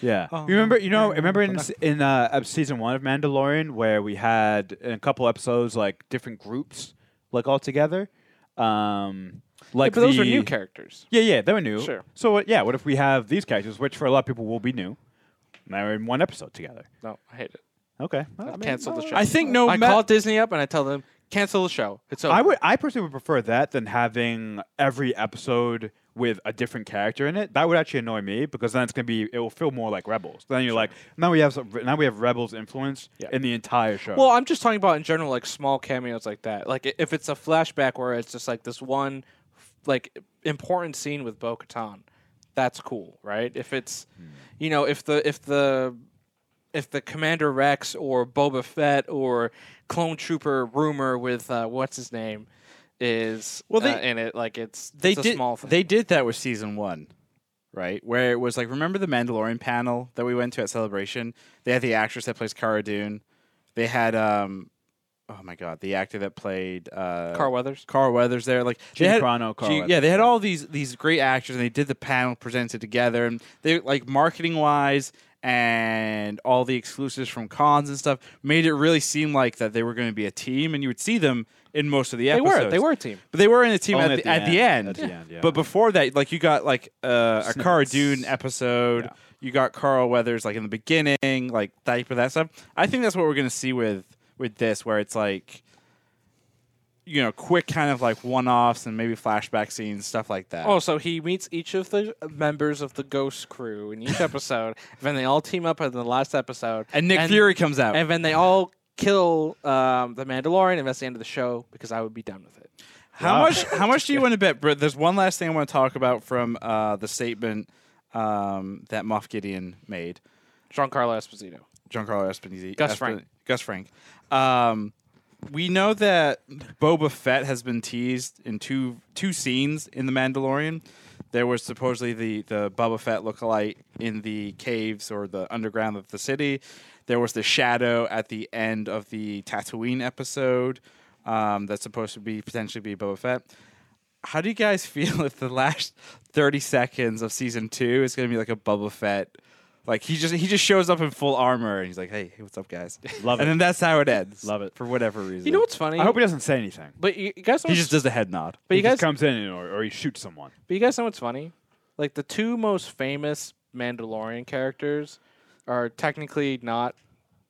Speaker 2: Yeah.
Speaker 1: Oh,
Speaker 2: You remember, you know,
Speaker 1: yeah,
Speaker 2: remember in
Speaker 1: but
Speaker 2: s- in uh, ep- season one of Mandalorian where we had in a couple episodes like different groups like all together, um,
Speaker 3: Yeah,
Speaker 2: like
Speaker 3: but those
Speaker 2: the,
Speaker 3: are new characters.
Speaker 2: Yeah, yeah, they were new.
Speaker 3: Sure.
Speaker 2: So what- yeah, what if we have these characters, which for a lot of people will be new, and they're in one episode together?
Speaker 3: No, I hate it.
Speaker 2: Okay. Well, I mean,
Speaker 3: cancel the
Speaker 2: well,
Speaker 3: show.
Speaker 1: I think no
Speaker 3: I
Speaker 1: ma-
Speaker 3: call Disney up and I tell them cancel the show. It's over.
Speaker 2: I would. I personally would prefer that than having every episode with a different character in it. That would actually annoy me because then it's gonna be. It will feel more like Rebels. Then you're like, now we have some, now we have Rebels influence in the entire show.
Speaker 3: Well, I'm just talking about in general, like small cameos like that. Like i- if it's a flashback where it's just like this one, like important scene with
Speaker 2: Hmm.
Speaker 3: Bo-Katan, that's cool, right? If it's, you know, if the if the if the Commander Rex or Boba Fett or Clone Trooper rumor with uh, what's his name is
Speaker 1: Well,
Speaker 3: well
Speaker 1: they-
Speaker 3: in it like it's
Speaker 1: they
Speaker 3: it's a
Speaker 1: did
Speaker 3: small thing.
Speaker 1: they did that with season one, right? Where it was like remember the Mandalorian panel that we went to at Celebration? They had the actress that plays Cara Dune. They had um, oh my god, the actor that played uh,
Speaker 3: Car Weathers.
Speaker 1: Carl Weathers there. Like they
Speaker 2: Jim
Speaker 1: had-
Speaker 2: Crono, Carl
Speaker 1: Gee, yeah,
Speaker 2: Weathers.
Speaker 1: they had all these these great actors, and they did the panel, presented together, and they like marketing wise and all the exclusives from cons and stuff made it really seem like that they were going to be a team, and you would see them in most of the
Speaker 3: They
Speaker 1: episodes.
Speaker 3: were they were a team.
Speaker 1: But they were in a team at
Speaker 2: Only
Speaker 1: the, at the end.
Speaker 2: At the end, yeah.
Speaker 1: But before that, like you got like uh, a Cara
Speaker 2: Snippets.
Speaker 1: Dune episode.
Speaker 2: Yeah.
Speaker 1: You got Carl Weathers like in the beginning, like type of that stuff. I think that's what we're gonna see with with this, where it's like, you know, quick kind of like one offs and maybe flashback scenes, stuff like that.
Speaker 3: Oh, so he meets each of the members of the Ghost Crew in each episode, and then they all team up in the last episode.
Speaker 1: and Nick Fury comes out.
Speaker 3: and then they all kill um, the Mandalorian, and that's the end of the show because I would be done with it.
Speaker 1: How
Speaker 2: Wow.
Speaker 1: much? How much do you want to bet, Britt? There's one last thing I want to talk about from uh, the statement um, that Moff Gideon made.
Speaker 3: Giancarlo Esposito.
Speaker 1: Giancarlo Esposito.
Speaker 3: Gus
Speaker 1: Espo-
Speaker 3: Frank.
Speaker 1: Gus Frank. Um, we know that Boba Fett has been teased in two two scenes in The Mandalorian. There was supposedly the the Boba Fett lookalike in the caves or the underground of the city. There was the shadow at the end of the Tatooine episode um, that's supposed to be potentially be Boba Fett. How do you guys feel if the last thirty seconds of season two is going to be like a Boba Fett? Like he just he just shows up in full armor and he's like, hey, hey, what's up, guys?
Speaker 2: Love
Speaker 1: and
Speaker 2: it.
Speaker 1: then that's how it ends.
Speaker 2: Love it.
Speaker 1: for whatever reason.
Speaker 3: You know what's funny?
Speaker 2: I hope he doesn't say anything.
Speaker 3: but you, you guys know
Speaker 1: He
Speaker 3: what's-
Speaker 1: just does a head nod.
Speaker 3: but
Speaker 2: he
Speaker 3: you guys
Speaker 2: just comes in or, or he shoots someone.
Speaker 3: But you guys know what's funny? Like the two most famous Mandalorian characters are technically not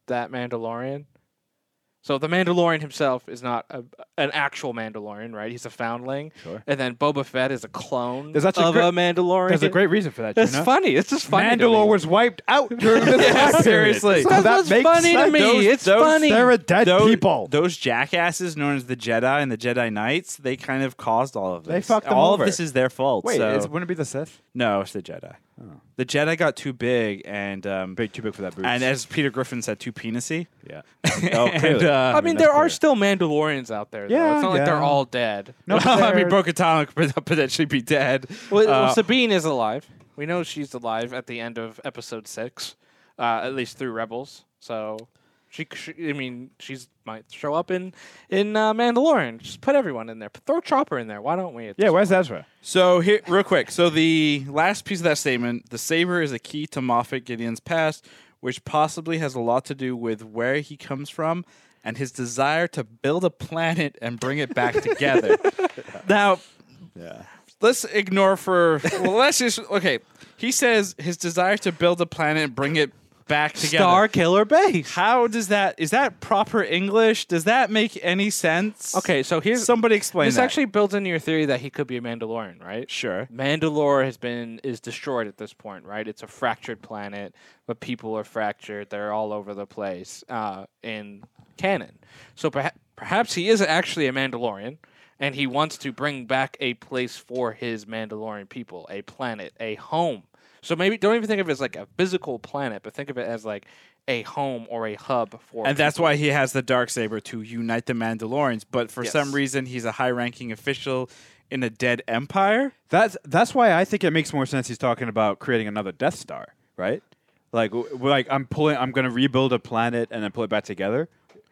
Speaker 3: that Mandalorian. So the Mandalorian himself is not a, an actual Mandalorian, right? He's a foundling.
Speaker 2: Sure.
Speaker 3: And then Boba Fett is a clone
Speaker 2: There's actually
Speaker 3: of
Speaker 2: a
Speaker 3: a Mandalorian.
Speaker 2: There's a great reason for that.
Speaker 3: That's
Speaker 2: Juno.
Speaker 3: funny. It's just funny. to
Speaker 2: Mandalore
Speaker 3: me.
Speaker 2: was wiped out during this
Speaker 1: Yeah,
Speaker 2: time period.
Speaker 1: seriously.
Speaker 2: So
Speaker 1: That's
Speaker 2: that
Speaker 3: what's
Speaker 2: makes
Speaker 3: funny to
Speaker 2: sense.
Speaker 3: me.
Speaker 2: Those-
Speaker 3: It's
Speaker 2: those-
Speaker 3: funny.
Speaker 2: There are dead
Speaker 1: those,
Speaker 2: people.
Speaker 1: those jackasses known as the Jedi and the Jedi Knights, they kind of caused all of this.
Speaker 2: They fucked them
Speaker 1: all
Speaker 2: over.
Speaker 1: of this is their fault.
Speaker 2: Wait, Oh.
Speaker 1: so-
Speaker 2: is, wouldn't it be the Sith?
Speaker 1: no, it's the Jedi. The Jedi got too big and um,
Speaker 2: Big, too big for that boots.
Speaker 1: and as Peter Griffin said, too penisy.
Speaker 2: yeah.
Speaker 1: Oh, and,
Speaker 2: clearly.
Speaker 1: uh,
Speaker 3: I mean,
Speaker 2: that's
Speaker 3: there are
Speaker 2: clear.
Speaker 3: still Mandalorians out there. Though.
Speaker 2: Yeah,
Speaker 3: it's not like they're
Speaker 2: yeah.
Speaker 3: all dead.
Speaker 2: no,
Speaker 1: well, I mean,
Speaker 2: they're-
Speaker 1: Bo Katan could potentially be dead.
Speaker 3: Well, well,
Speaker 1: Uh,
Speaker 3: Sabine is alive. We know she's alive at the end of episode six, uh, at least through Rebels. So she, she I mean, she's might show up in in uh, Mandalorian. Just put everyone in there. Put- Throw Chopper in there. Why don't we? at
Speaker 2: yeah,
Speaker 3: this
Speaker 2: where's Ezra?
Speaker 1: So here, real quick. So the last piece of that statement: the saber is a key to Moffat Gideon's past, which possibly has a lot to do with where he comes from and his desire to build a planet and bring it back together. Now,
Speaker 2: Yeah.
Speaker 1: let's ignore for. Well, let's just okay. He says his desire to build a planet and bring it back
Speaker 3: point?
Speaker 1: together.
Speaker 3: Star Killer Base.
Speaker 1: How does that? Is that proper English? Does that make any sense?
Speaker 3: Okay, so here's
Speaker 1: Somebody explain
Speaker 3: this
Speaker 1: that.
Speaker 3: actually builds into your theory that he could be a Mandalorian, right?
Speaker 1: sure.
Speaker 3: Mandalore has been is destroyed at this point, right? It's a fractured planet, but people are fractured. They're all over the place uh, in canon. So perha- perhaps he is actually a Mandalorian, and he wants to bring back a place for his Mandalorian people, a planet, a home. So maybe don't even think of it as like a physical planet, but think of it as like a home or a hub for.
Speaker 1: And that's why he has the dark saber to unite the Mandalorians. But for some
Speaker 3: Yes.
Speaker 1: reason, he's a high-ranking official in a dead empire.
Speaker 2: That's that's why I think it makes more sense. He's talking about creating another Death Star, right? Like, w- like I'm pulling, I'm gonna rebuild a planet and then pull it back together.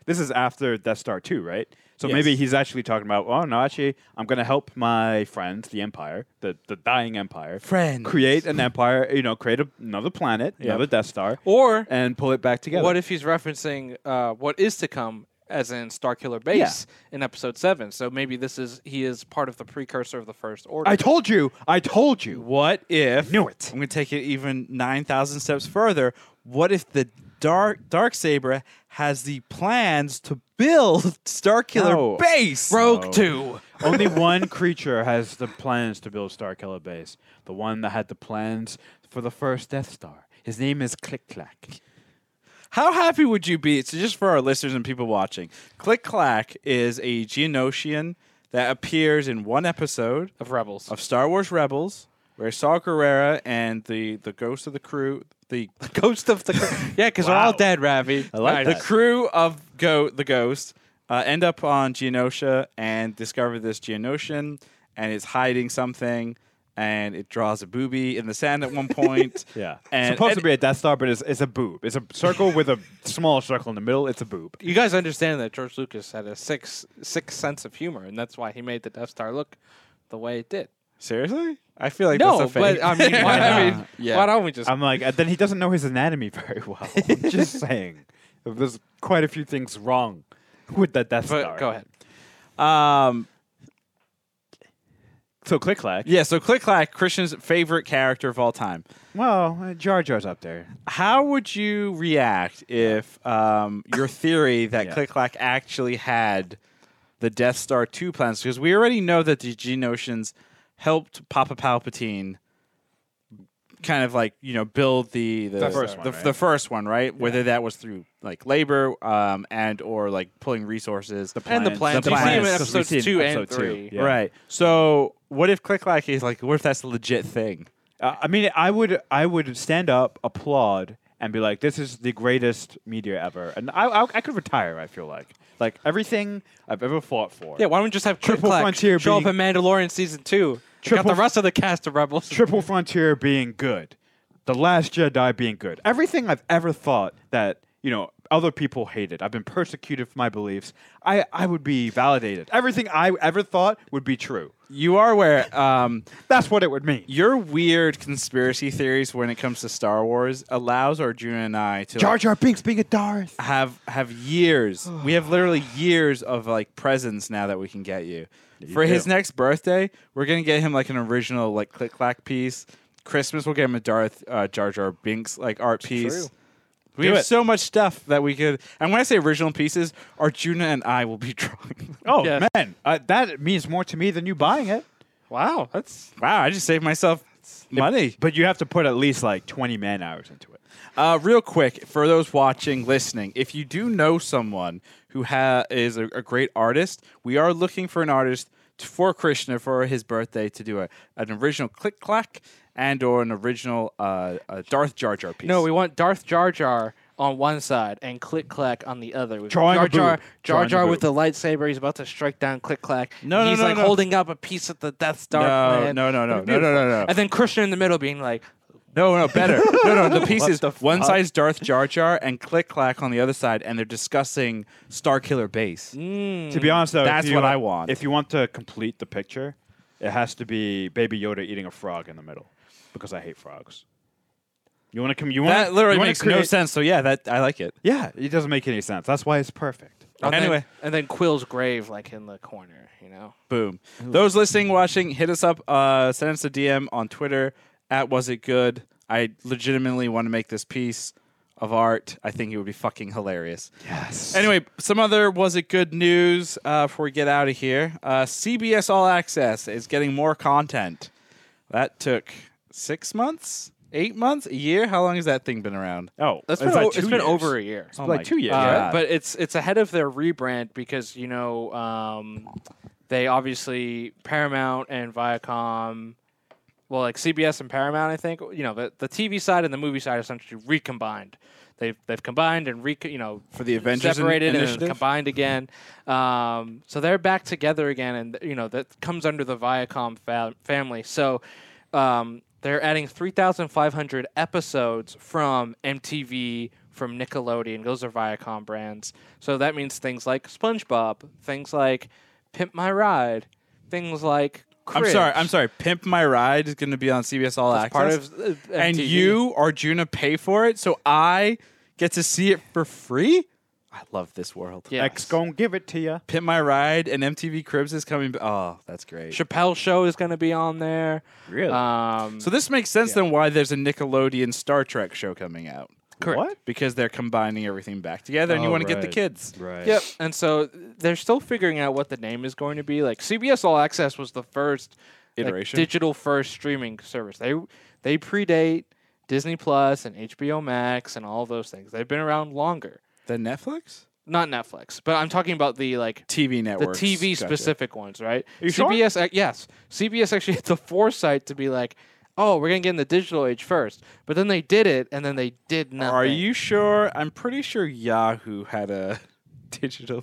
Speaker 2: This is after Death Star two, right? So
Speaker 1: Yes.
Speaker 2: maybe he's actually talking about, oh no, actually, I'm gonna help my friends, the Empire, the the dying Empire,
Speaker 1: Friends.
Speaker 2: create an empire, you know, create a, another planet, another Death Star,
Speaker 3: or
Speaker 2: and pull it back together.
Speaker 3: What if he's referencing uh, what is to come, as in Starkiller Base in episode seven? So maybe this is he is part of the precursor of the First Order.
Speaker 2: I told you, I told you.
Speaker 1: What if?
Speaker 2: Knew it.
Speaker 1: I'm going to take it even nine thousand steps further. What if the dark dark saber has the plans to build Starkiller
Speaker 2: No.
Speaker 1: Base?
Speaker 3: Rogue Two.
Speaker 2: Only one creature has the plans to build Starkiller Base. The one that had the plans for the first Death Star. His name is Click Clack.
Speaker 1: How happy would you be? So, just for our listeners and people watching, Click Clack is a Geonosian that appears in one episode
Speaker 3: of Rebels.
Speaker 1: Oh. of Star Wars Rebels. where Saw Gerrera and the the ghost of the crew, the
Speaker 3: Ghost of the Cr- yeah, because we're all
Speaker 2: Wow.
Speaker 3: dead, Ravi.
Speaker 2: I like
Speaker 3: Nice.
Speaker 1: the
Speaker 2: that.
Speaker 1: crew of Go the Ghost uh, end up on Geonosia and discover this Geonosian and it's hiding something and it draws a booby in the sand at one point.
Speaker 2: Yeah.
Speaker 1: And-
Speaker 2: Supposed to
Speaker 1: and-
Speaker 2: be a Death Star, but it's, it's a boob. It's a circle with a small circle in the middle. It's a boob.
Speaker 3: You guys understand that George Lucas had a six sixth sense of humor, and that's why he made the Death Star look the way it did.
Speaker 1: Seriously? I feel like
Speaker 3: no,
Speaker 1: that's a fake.
Speaker 3: but I mean, why, I mean,
Speaker 1: Yeah.
Speaker 3: why don't we just?
Speaker 2: I'm like, and then he doesn't know his anatomy very well. I'm just saying. There's quite a few things wrong with that Death
Speaker 3: but-
Speaker 2: Star.
Speaker 3: go ahead.
Speaker 1: um,
Speaker 2: So Click Clack.
Speaker 1: yeah, so Click Clack, Christian's favorite character of all time.
Speaker 2: Well, uh, Jar Jar's up there.
Speaker 1: How would you react if um, your theory that
Speaker 2: Yeah.
Speaker 1: Click Clack actually had the Death Star 2 plans? Because we already know that the Genosians helped Papa Palpatine kind of like, you know, build the the,
Speaker 3: The first
Speaker 1: the,
Speaker 2: one, right?
Speaker 1: the first one, right? Whether that was through like labor um, and or like pulling resources. The
Speaker 3: And the plans.
Speaker 1: The
Speaker 3: you see him in
Speaker 1: plans.
Speaker 2: Because we
Speaker 3: episodes
Speaker 2: see it in
Speaker 3: two and
Speaker 2: episode two.
Speaker 3: three.
Speaker 2: Yeah.
Speaker 1: Right. So what if Click Clack is like, what if that's a legit thing?
Speaker 2: Uh, I mean, I would, I would stand up, applaud, and be like, "This is the greatest media ever," and I, I, I could retire. I feel like, like everything I've ever fought for.
Speaker 3: Yeah, why don't we just have Click
Speaker 2: Triple
Speaker 3: Clack
Speaker 2: Frontier
Speaker 3: show up
Speaker 2: being-
Speaker 3: in Mandalorian season two?
Speaker 2: Triple-
Speaker 3: Got the rest of the cast of Rebels.
Speaker 2: Triple Frontier being good, The Last Jedi being good, everything I've ever thought that you know other people hated. I've been persecuted for my beliefs. I, I would be validated. Everything I ever thought would be true.
Speaker 1: You are where um,
Speaker 2: That's what it would mean.
Speaker 1: your weird conspiracy theories when it comes to Star Wars allows Arjuna and I to
Speaker 2: Jar
Speaker 1: like,
Speaker 2: Jar Binks being a Darth.
Speaker 1: have have years. we have literally years of like presents now that we can get you. For
Speaker 2: do.
Speaker 1: his next birthday, we're gonna get him like an original like click clack piece. Christmas, we'll get him a Darth uh, Jar Jar Binks like art piece.
Speaker 3: true.
Speaker 1: We
Speaker 2: Do
Speaker 1: have
Speaker 2: it.
Speaker 1: so much stuff that we could. And when I say original pieces, Arjuna and I will be drawing.
Speaker 2: Oh
Speaker 3: Yes.
Speaker 2: man, uh, that means more to me than you buying it.
Speaker 3: Wow, that's
Speaker 1: wow, I just saved myself money.
Speaker 2: But you have to put at least like 20 man hours into it.
Speaker 1: Uh, real quick, for those watching, listening, if you do know someone who ha- is a, a great artist, we are looking for an artist t- for Krishna for his birthday to do a, an original click clack and or an original uh, uh, Darth Jar Jar piece.
Speaker 3: no. We want Darth Jar Jar on one side and Click Clack on the other. We've
Speaker 2: Drawing
Speaker 3: Jar
Speaker 2: a boob.
Speaker 3: Jar, Jar
Speaker 2: Drawing a
Speaker 3: Jar
Speaker 2: boob.
Speaker 3: with the lightsaber. He's about to strike down Click Clack.
Speaker 1: No, no,
Speaker 3: he's
Speaker 1: no,
Speaker 3: like
Speaker 1: no.
Speaker 3: holding up a piece of the Death Star
Speaker 1: No,
Speaker 3: plan.
Speaker 1: no, no, no,
Speaker 3: It'd be
Speaker 1: no, no, no,
Speaker 3: beautiful.
Speaker 1: no.
Speaker 3: And then Krishna in the middle being like,
Speaker 1: no, no, better. no, no, the piece
Speaker 2: What
Speaker 1: is
Speaker 2: the
Speaker 1: one
Speaker 2: fuck?
Speaker 1: side's Darth Jar Jar and click clack on the other side, and they're discussing Star Killer Base.
Speaker 3: mm,
Speaker 2: To be honest, though, if
Speaker 1: That's
Speaker 2: you-
Speaker 1: what I want.
Speaker 2: If you want to complete the picture, it has to be Baby Yoda eating a frog in the middle because I hate frogs. You want to come? You want
Speaker 1: That literally makes no sense. So yeah, that I like it.
Speaker 2: Yeah, it doesn't make any sense. That's why it's perfect.
Speaker 3: and then-
Speaker 1: Anyway.
Speaker 3: and then Quill's grave like in the corner. You know.
Speaker 1: Boom. Those listening, watching, hit us up. Uh, send us a DM on Twitter at Was It Good. I legitimately want to make this piece of art. I think it would be fucking hilarious.
Speaker 2: Yes.
Speaker 1: Anyway, some other Was It Good news uh, before we get out of here. Uh, CBS All Access is getting more content. That took six months, eight months, a year. How long has that thing been around?
Speaker 2: oh,
Speaker 3: That's
Speaker 2: it's
Speaker 3: been,
Speaker 2: like
Speaker 3: o- it's
Speaker 2: two
Speaker 3: been
Speaker 2: years.
Speaker 3: over a year.
Speaker 1: Oh
Speaker 2: like
Speaker 1: my
Speaker 2: two years.
Speaker 3: Uh,
Speaker 1: God.
Speaker 3: But it's it's ahead of their rebrand because you know um, they obviously Paramount and Viacom, well like CBS and Paramount I think you know the, the TV side and the movie side essentially recombined. They've they've combined and re you know
Speaker 1: For the Avengers in-
Speaker 3: separated and then
Speaker 1: initiative?
Speaker 3: combined again. Um, so they're back together again, and you know that comes under the Viacom fa- family. So um, they're adding 3,500 episodes from MTV, from Nickelodeon. Those are Viacom brands. So that means things like SpongeBob, things like Pimp My Ride, things like.
Speaker 1: I'm
Speaker 3: Cribs.
Speaker 1: sorry. I'm sorry. Pimp My Ride is going to be on CBS All
Speaker 3: That's
Speaker 1: Access.
Speaker 3: part of, uh,
Speaker 1: and
Speaker 3: MTV.
Speaker 1: you Arjuna pay for it, so I get to see it for free. I love this world.
Speaker 3: Yes.
Speaker 2: X gonna give it to you.
Speaker 1: Pit My Ride and MTV Cribs is coming. b- Oh, that's great.
Speaker 3: Chappelle Show is going to be on there.
Speaker 2: Really?
Speaker 3: Um,
Speaker 1: So this makes sense then why there's a Nickelodeon Star Trek show coming out
Speaker 3: correct.
Speaker 2: What?
Speaker 1: because they're combining everything back together and you
Speaker 2: Oh,
Speaker 1: want to get the
Speaker 2: right.
Speaker 1: kids.
Speaker 2: Right.
Speaker 3: Yep. And so uh, they're still figuring out what the name is going to be. Like CBS All Access was the first like,
Speaker 1: Iteration.
Speaker 3: digital first streaming service. They they predate Disney Plus and HBO Max and all those things. They've been around longer.
Speaker 1: The Netflix
Speaker 3: Not Netflix, but I'm talking about the like
Speaker 1: TV network,
Speaker 3: the TV specific ones, right?
Speaker 2: you sure?
Speaker 3: CBS, ac- yes, CBS actually had the foresight to be like, oh, we're gonna get in the digital age first, but then they did it, and then they did nothing.
Speaker 1: Are you sure? I'm pretty sure Yahoo had a digital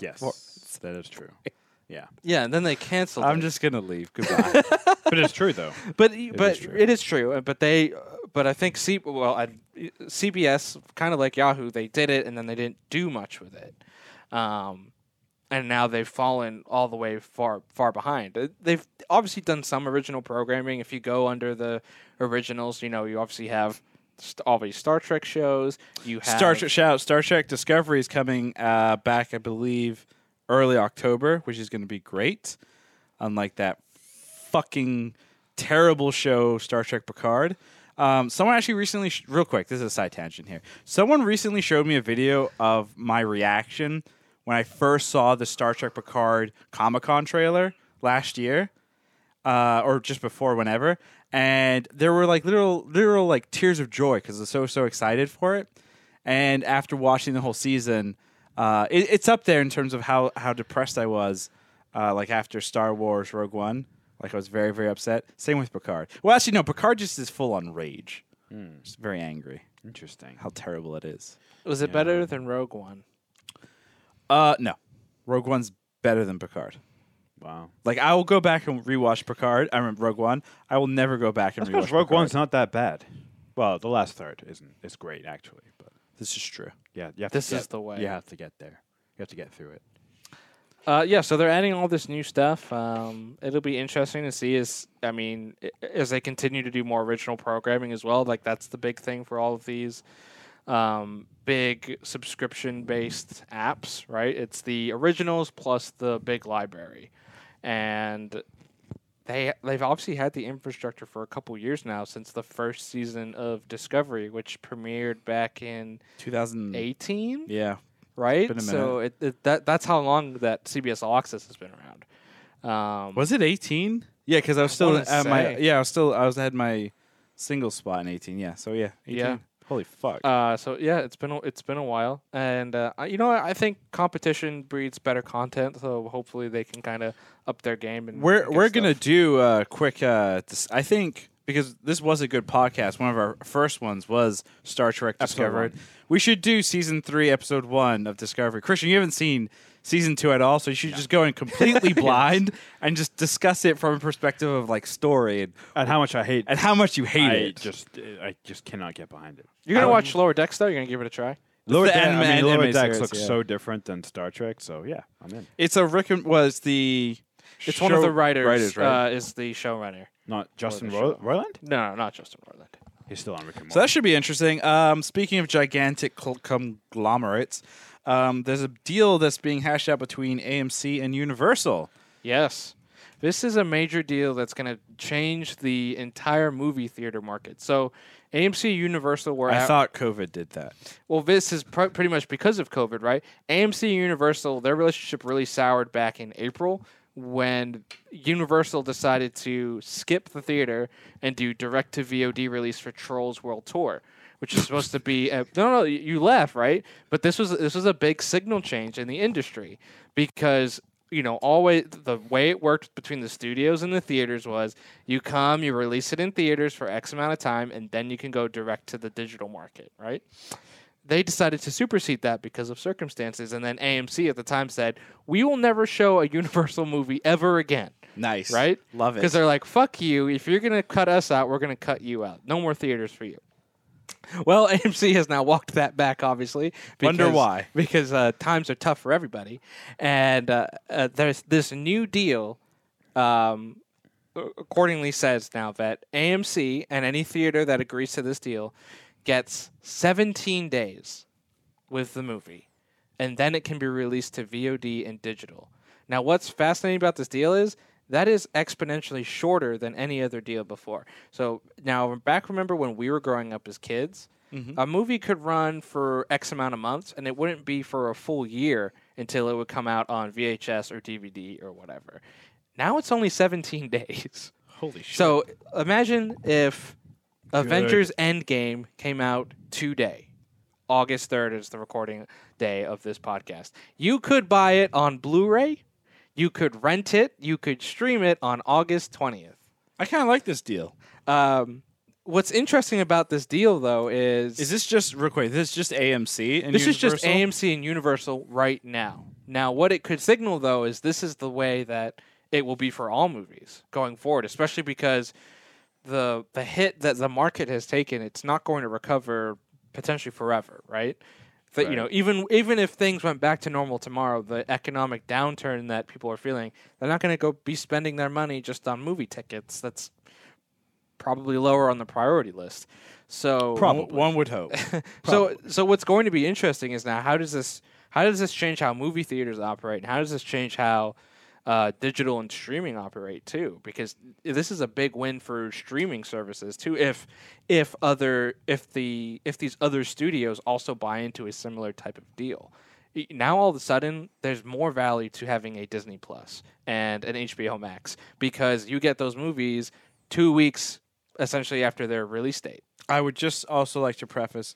Speaker 2: Yes,
Speaker 1: platform.
Speaker 2: that is true. Yeah,
Speaker 3: Yeah, and then they canceled.
Speaker 1: I'm
Speaker 3: it.
Speaker 1: just gonna leave. Goodbye.
Speaker 2: but it's true though.
Speaker 3: but but
Speaker 2: true.
Speaker 3: it is true. uh, But they, uh, but I think C well, I, CBS kind of like Yahoo, they did it and then they didn't do much with it, um, and now they've fallen all the way far far behind. Uh, They've obviously done some original programming. If you go under the originals, you know you obviously have st- all these Star Trek shows. You have
Speaker 1: Star Trek shout out, Star Trek Discovery is coming uh, back, I believe, early October, which is going to be great. Unlike that fucking terrible show, Star Trek Picard. Um, someone actually recently, sh- real quick, this is a side tangent here. Someone recently showed me a video of my reaction when I first saw the Star Trek Picard Comic Con trailer last year uh, or just before whenever, and there were like literal, literal like tears of joy because I was so so excited for it. And after watching the whole season, uh, it, it's up there in terms of how how depressed I was. Uh, like after Star Wars Rogue One, like I was very very upset. Same with Picard. Well, actually no, Picard just is full on rage.
Speaker 2: Hmm.
Speaker 1: Just very angry.
Speaker 2: Interesting.
Speaker 1: How terrible it is.
Speaker 3: was it better than Rogue One?
Speaker 1: Uh, no, Rogue One's better than Picard.
Speaker 2: Wow.
Speaker 1: Like I will go back and rewatch Picard. I remember Rogue One. I will never go back and
Speaker 2: That's because
Speaker 1: rewatch
Speaker 2: Rogue
Speaker 1: Picard.
Speaker 2: One's not that bad. Well, the last third isn't. It's great actually, but
Speaker 1: This is true.
Speaker 2: yeah, you have
Speaker 3: This
Speaker 2: to
Speaker 3: is
Speaker 2: get-
Speaker 3: the way.
Speaker 2: You have to get there. You have to get through it.
Speaker 3: Uh, yeah, so they're adding all this new stuff. Um, it'll be interesting to see as I mean, i- as they continue to do more original programming as well. Like that's the big thing for all of these um, big subscription-based apps, right? It's the originals plus the big library, and they they've obviously had the infrastructure for a couple years now since the first season of Discovery, which premiered back in
Speaker 1: 2008.
Speaker 3: eighteen
Speaker 1: Yeah.
Speaker 3: right?
Speaker 1: been a
Speaker 3: so it, it, that that's how long that CBS All Access has been around. Um,
Speaker 1: Was it 18? Yeah, cuz I was still
Speaker 3: wanna
Speaker 1: at my
Speaker 3: say.
Speaker 1: yeah, I was still I was had my single spot in 18. Yeah. So yeah, 18.
Speaker 3: Yeah.
Speaker 1: Holy fuck.
Speaker 3: uh, so yeah, it's been a, it's been a while, and uh, I- you know I think competition breeds better content. So hopefully they can kind of up their game. And
Speaker 1: we're
Speaker 3: get
Speaker 1: we're going to
Speaker 3: stuff.
Speaker 1: do a quick uh dis- I think because this was a good podcast. One of our first ones was Star Trek Discovery.
Speaker 2: one.
Speaker 1: We should do season 3 episode 1 of Discovery. Christian, you haven't seen season 2 at all, so you should just go in completely blind and just discuss it from a perspective of like story and,
Speaker 2: And how much I hate.
Speaker 1: and how much you hate
Speaker 2: I
Speaker 1: it.
Speaker 2: just. I just cannot get behind it.
Speaker 3: You're gonna
Speaker 1: I would-
Speaker 3: watch Lower Decks though. You're gonna give it a try.
Speaker 2: Lower
Speaker 1: the
Speaker 2: Deck-
Speaker 1: anime-
Speaker 2: I mean, Lower
Speaker 1: anime
Speaker 2: Decks
Speaker 1: series,
Speaker 2: looks
Speaker 1: yeah.
Speaker 2: so different than Star Trek. So yeah, I'm in.
Speaker 1: It's a Rick and was the.
Speaker 3: It's one of the
Speaker 1: show-
Speaker 3: writers.
Speaker 1: right?
Speaker 3: uh, is the showrunner.
Speaker 2: Not Justin
Speaker 3: the
Speaker 2: Roy-
Speaker 3: show.
Speaker 2: Roiland.
Speaker 3: No, no, not Justin Roiland.
Speaker 2: He's still on Rick and Morty.
Speaker 1: so that should be interesting. Um, speaking of gigantic cl- conglomerates, um, there's a deal that's being hashed out between AMC and Universal.
Speaker 3: Yes. This is a major deal that's going to change the entire movie theater market. So, AMC Universal were
Speaker 1: I
Speaker 3: at-
Speaker 1: thought COVID did that.
Speaker 3: Well, this is pr- pretty much because of COVID, right? AMC Universal, their relationship really soured back in April when Universal decided to skip the theater and do direct to VOD release for Trolls World Tour, which is supposed to be a, no, no, you- you left, right? But this was this was a big signal change in the industry because you know, always the way it worked between the studios and the theaters was you come, you release it in theaters for X amount of time, and then you can go direct to the digital market, right? They decided to supersede that because of circumstances, and then AMC at the time said, "We will never show a Universal movie ever again."
Speaker 1: Nice,
Speaker 3: Right?
Speaker 1: Love
Speaker 3: Because
Speaker 1: it.
Speaker 3: they're like, "Fuck you! If you're gonna cut us out, we're gonna cut you out. No more theaters for you." Well, AMC has now walked that back, obviously.
Speaker 1: Wonder
Speaker 3: because-
Speaker 1: why.
Speaker 3: Because uh, times are tough for everybody, and uh, uh, there's this new deal. Um, a- accordingly, says now that AMC and any theater that agrees to this deal gets 17 days with the movie, and then it can be released to VOD and digital. Now, what's fascinating about this deal is that is exponentially shorter than any other deal before. So now, back remember when we were growing up as kids, a movie could run for X amount of months, and it wouldn't be for a full year until it would come out on VHS or DVD or whatever. Now it's only 17 days.
Speaker 1: Holy shit!
Speaker 3: So imagine if Avengers Endgame came out today. August 3rd is the recording day of this podcast. You could buy it on Blu ray. You could rent it. You could stream it on August 20th.
Speaker 1: I kind of like this deal.
Speaker 3: Um, what's interesting about this deal, though, is
Speaker 1: Is this just real quick? This is just AMC. And
Speaker 3: this is just
Speaker 1: Universal?
Speaker 3: AMC and Universal right now. Now, what it could signal though is this is the way that it will be for all movies going forward, especially because the the hit that the market has taken, it's not going to recover potentially forever, right? That you know, even even if things went back to normal tomorrow, the economic downturn that people are feeling, they're not going to go be spending their money just on movie tickets. That's probably lower on the priority list. So
Speaker 1: One- One would hope.
Speaker 3: so so what's going to be interesting is now how does this how does this change how movie theaters operate and how does this change how uh, digital and streaming operate too because this is a big win for streaming services too if if other if the if these other studios also buy into a similar type of deal Y- now all of a sudden there's more value to having a Disney Plus and an HBO Max because you get those movies 2 weeks essentially after their release date
Speaker 1: I would just also like to preface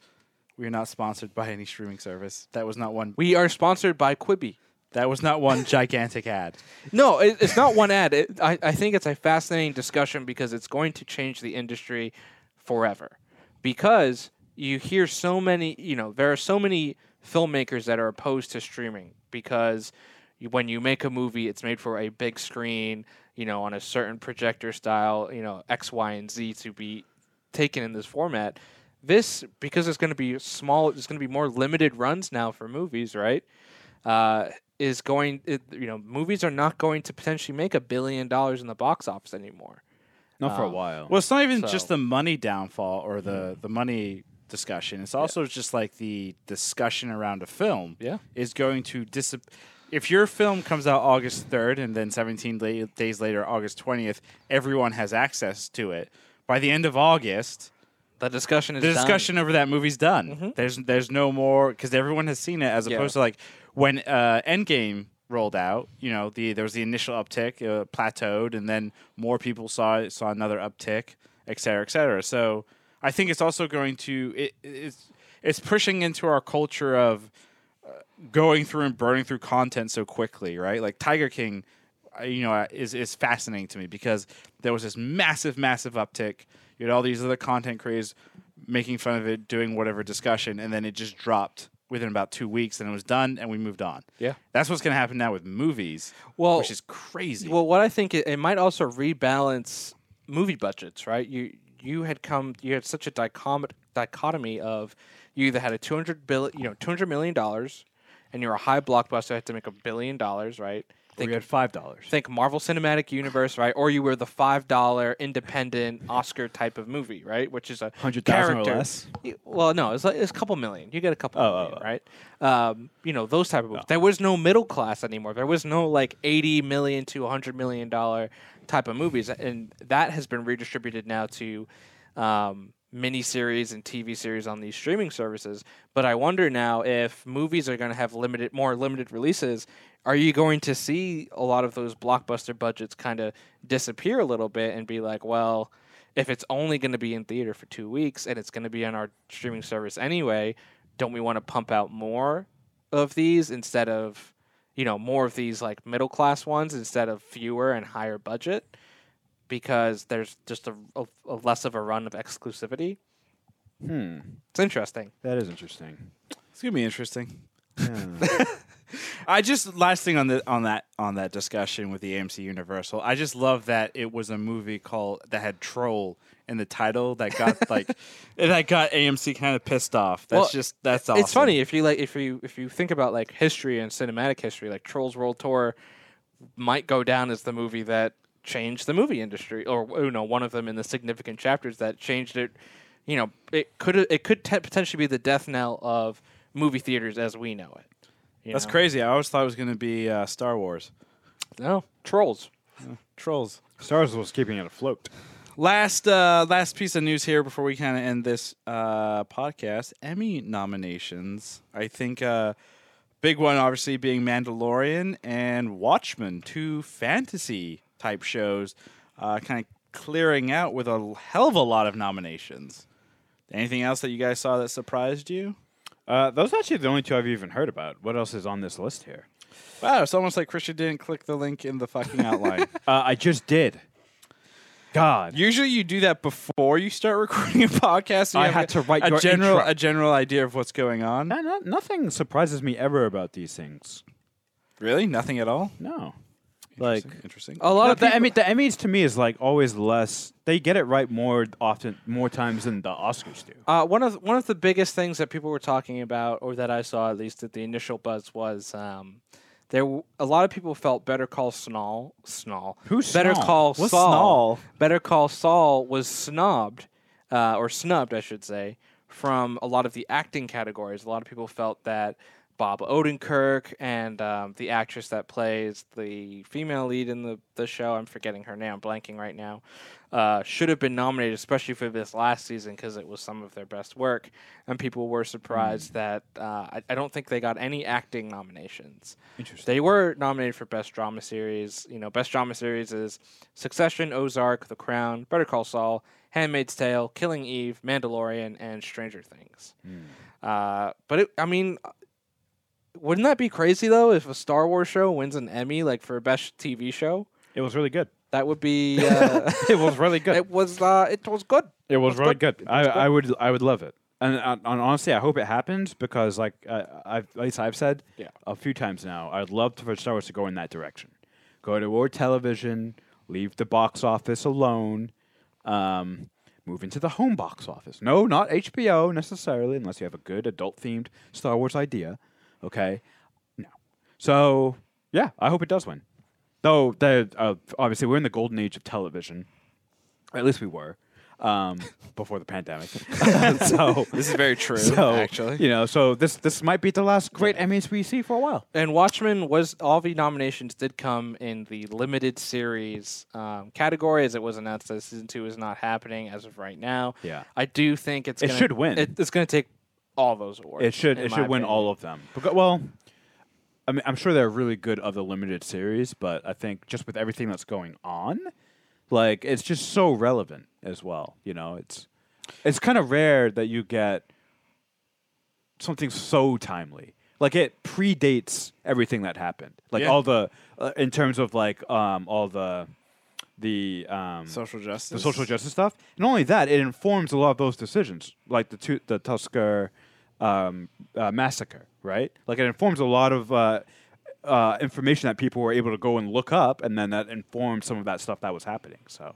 Speaker 1: we are not sponsored by any streaming service. That was not one
Speaker 3: we are sponsored by Quibi
Speaker 1: that was not one gigantic ad.
Speaker 3: No, it, it's not one ad. It, I, I think it's a fascinating discussion because it's going to change the industry forever. Because you hear so many, you know, there are so many filmmakers that are opposed to streaming because you, when you make a movie, it's made for a big screen, you know, on a certain projector style, you know, X, Y, and Z to be taken in this format. This, because it's going to be small, it's going to be more limited runs now for movies, right? uh, is going. It, you know, movies are not going to potentially make a billion dollars in the box office anymore.
Speaker 2: Not for a while.
Speaker 1: Well, it's not even just
Speaker 3: So-
Speaker 1: the
Speaker 3: Mm.
Speaker 1: money downfall or the the money discussion. It's also just like the discussion around a film
Speaker 3: Yeah.
Speaker 1: is going to dis. If your film comes out August third and then seventeen la- days later, August twentieth, everyone has access to it. By the end of August,
Speaker 3: The discussion is
Speaker 1: the
Speaker 3: done. Mm-hmm.
Speaker 1: discussion over that movie's done. There's there's no more because everyone has seen it. As
Speaker 3: Yeah.
Speaker 1: opposed to like when uh, Endgame rolled out, you know, the there was the initial uptick, uh, plateaued, and then more people saw it, saw another uptick, et cetera, et cetera. So I think it's also going to it, it's it's pushing into our culture of going through and burning through content so quickly, right? Like Tiger King, uh, you know, uh, is is fascinating to me because there was this massive, massive uptick. You had all these other content creators making fun of it, doing whatever discussion, and then it just dropped within about two weeks, and it was done, and we moved on.
Speaker 3: Yeah.
Speaker 1: that's what's going to happen now with movies.
Speaker 3: Well-
Speaker 1: which is crazy.
Speaker 3: Well, what I think it, it might also rebalance movie budgets, right? You you had come you had such a dichom- dichotomy of you either had a 200 bill, you know, 200 million dollars and you're a high blockbuster had to make a billion dollars, right?
Speaker 2: we had five dollars.
Speaker 3: think Marvel Cinematic Universe, right? Or you were the five dollar independent Oscar type of movie, right? Which is a
Speaker 2: 100,000 or
Speaker 3: character-
Speaker 2: less?
Speaker 3: Y- Well, no, it's like it's a couple million. You get a couple
Speaker 2: Oh,
Speaker 3: million,
Speaker 2: oh, oh.
Speaker 3: right? Um, you know those type of movies. There was no middle class anymore. There was no like eighty million to hundred million dollar type of movies, and that has been redistributed now to. Um, miniseries and TV series on these streaming services, but I wonder now if movies are going to have limited, more limited releases are you going to see a lot of those blockbuster budgets kind of disappear a little bit and be like, well, if it's only going to be in theater for two weeks and it's going to be on our streaming service anyway, don't we want to pump out more of these instead of, you know, more of these like middle class ones instead of fewer and higher budget because there's just a, a, a less of a run of exclusivity?
Speaker 2: Hmm.
Speaker 3: It's interesting.
Speaker 2: That is interesting.
Speaker 1: it's going to be interesting.
Speaker 2: Yeah.
Speaker 1: I just last thing on the on that on that discussion with the AMC Universal. I just love that it was a movie called that had troll in the title that got like that got AMC kind of pissed off. That's
Speaker 3: Well,
Speaker 1: just that's awesome.
Speaker 3: It's funny if you like if you if you think about like history and cinematic history, like Trolls World Tour might go down as the movie that changed the movie industry, or you know, one of them in the significant chapters that changed it. You know, it could it could te- potentially be the death knell of movie theaters as we know it. you
Speaker 1: That's
Speaker 3: know?
Speaker 1: crazy. I always thought it was going to be uh, Star Wars.
Speaker 3: No, Trolls.
Speaker 1: Trolls.
Speaker 2: Stars was keeping it afloat.
Speaker 1: Last uh, last piece of news here before we kind of end this uh, podcast: Emmy nominations. I think uh, big one, obviously, being Mandalorian and Watchmen, two fantasy type shows, uh, kind of clearing out with a hell of a lot of nominations. Anything else that you guys saw that surprised you?
Speaker 2: Uh, those are actually the only two I've even heard about. What else is on this list here?
Speaker 1: Wow, it's almost like Christian didn't click the link in the fucking outline.
Speaker 2: Uh, I just did. god.
Speaker 1: Usually, you do that before you start recording a podcast. so you
Speaker 2: I
Speaker 1: have
Speaker 2: had to write
Speaker 1: a
Speaker 2: your
Speaker 1: general
Speaker 2: intro.
Speaker 1: a general idea of what's going on.
Speaker 2: No, no, nothing surprises me ever about these things.
Speaker 1: Really, nothing at all.
Speaker 2: No. Like
Speaker 1: Interesting.
Speaker 3: A lot
Speaker 2: no,
Speaker 3: of
Speaker 2: the,
Speaker 3: people,
Speaker 2: Emmy, the Emmys to me is like always less. They get it right more often, more times than the Oscars do.
Speaker 3: Uh, one of one of the biggest things that people were talking about, or that I saw at least at the initial buzz, was um, there. W- a lot of people felt Better Call Snall, Snall.
Speaker 2: Who's
Speaker 3: Better
Speaker 2: Snall?
Speaker 3: Call
Speaker 2: What's
Speaker 3: Saul?
Speaker 2: Snall?
Speaker 3: Better Call Saul was snubbed, uh, or snubbed, I should say, from a lot of the acting categories. A lot of people felt that Bob Odenkirk and um, the actress that plays the female lead in the, the show, I'm forgetting her name, I'm blanking right now, uh, should have been nominated, especially for this last season because it was some of their best work. And people were
Speaker 2: Mm.
Speaker 3: surprised that uh, I, I don't think they got any acting nominations.
Speaker 2: Interesting.
Speaker 3: They were nominated for Best Drama Series. You know, Best Drama Series is Succession, Ozark, The Crown, Better Call Saul, Handmaid's Tale, Killing Eve, Mandalorian, and Stranger Things.
Speaker 2: Hmm.
Speaker 3: Uh, but it, I mean, wouldn't that be crazy though if a Star Wars show wins an Emmy like for Best TV Show?
Speaker 2: It was really good.
Speaker 3: That would be. Uh,
Speaker 2: It was really good.
Speaker 3: it was. Uh, it was good.
Speaker 2: It was
Speaker 3: That's
Speaker 2: really
Speaker 3: good.
Speaker 2: good. I, I would I would love it. And, uh, and honestly, I hope it happens because, like uh, I've, at least I've said
Speaker 3: Yeah.
Speaker 2: a few times now, I'd love to- for Star Wars to go in that direction. Go to more television, leave the box office alone, um, move into the home box office. No, not HBO necessarily, unless you have a good adult themed Star Wars idea. Okay, no. So yeah, I hope it does win. Though the uh, obviously we're in the golden age of television. At least we were um, before the pandemic. so,
Speaker 1: This is very true.
Speaker 2: so
Speaker 1: actually,
Speaker 2: you know, so this this might be the last great Emmys we see for a while.
Speaker 3: And Watchmen was all the nominations did come in the limited series um, category, as it was announced that season two is not happening as of right now.
Speaker 2: Yeah.
Speaker 3: I do think it's
Speaker 2: It
Speaker 3: gonna,
Speaker 2: should win.
Speaker 3: It, it's going to take all those awards.
Speaker 2: It should
Speaker 3: in
Speaker 2: it
Speaker 3: my
Speaker 2: should win
Speaker 3: opinion.
Speaker 2: all of them. Because, well, I mean, I'm sure they're really good of the limited series, but I think just with everything that's going on, like it's just so relevant as well. You know, it's it's kind of rare that you get something so timely. Like it predates everything that happened. Like
Speaker 1: Yeah.
Speaker 2: all the uh, in terms of like um all the the um
Speaker 1: social justice.
Speaker 2: the social justice stuff. And not only that, it informs a lot of those decisions, like the tu- the Tusker um, uh, massacre, right? Like it informs a lot of uh, uh, information that people were able to go and look up, and then that informed some of that stuff that was happening. So,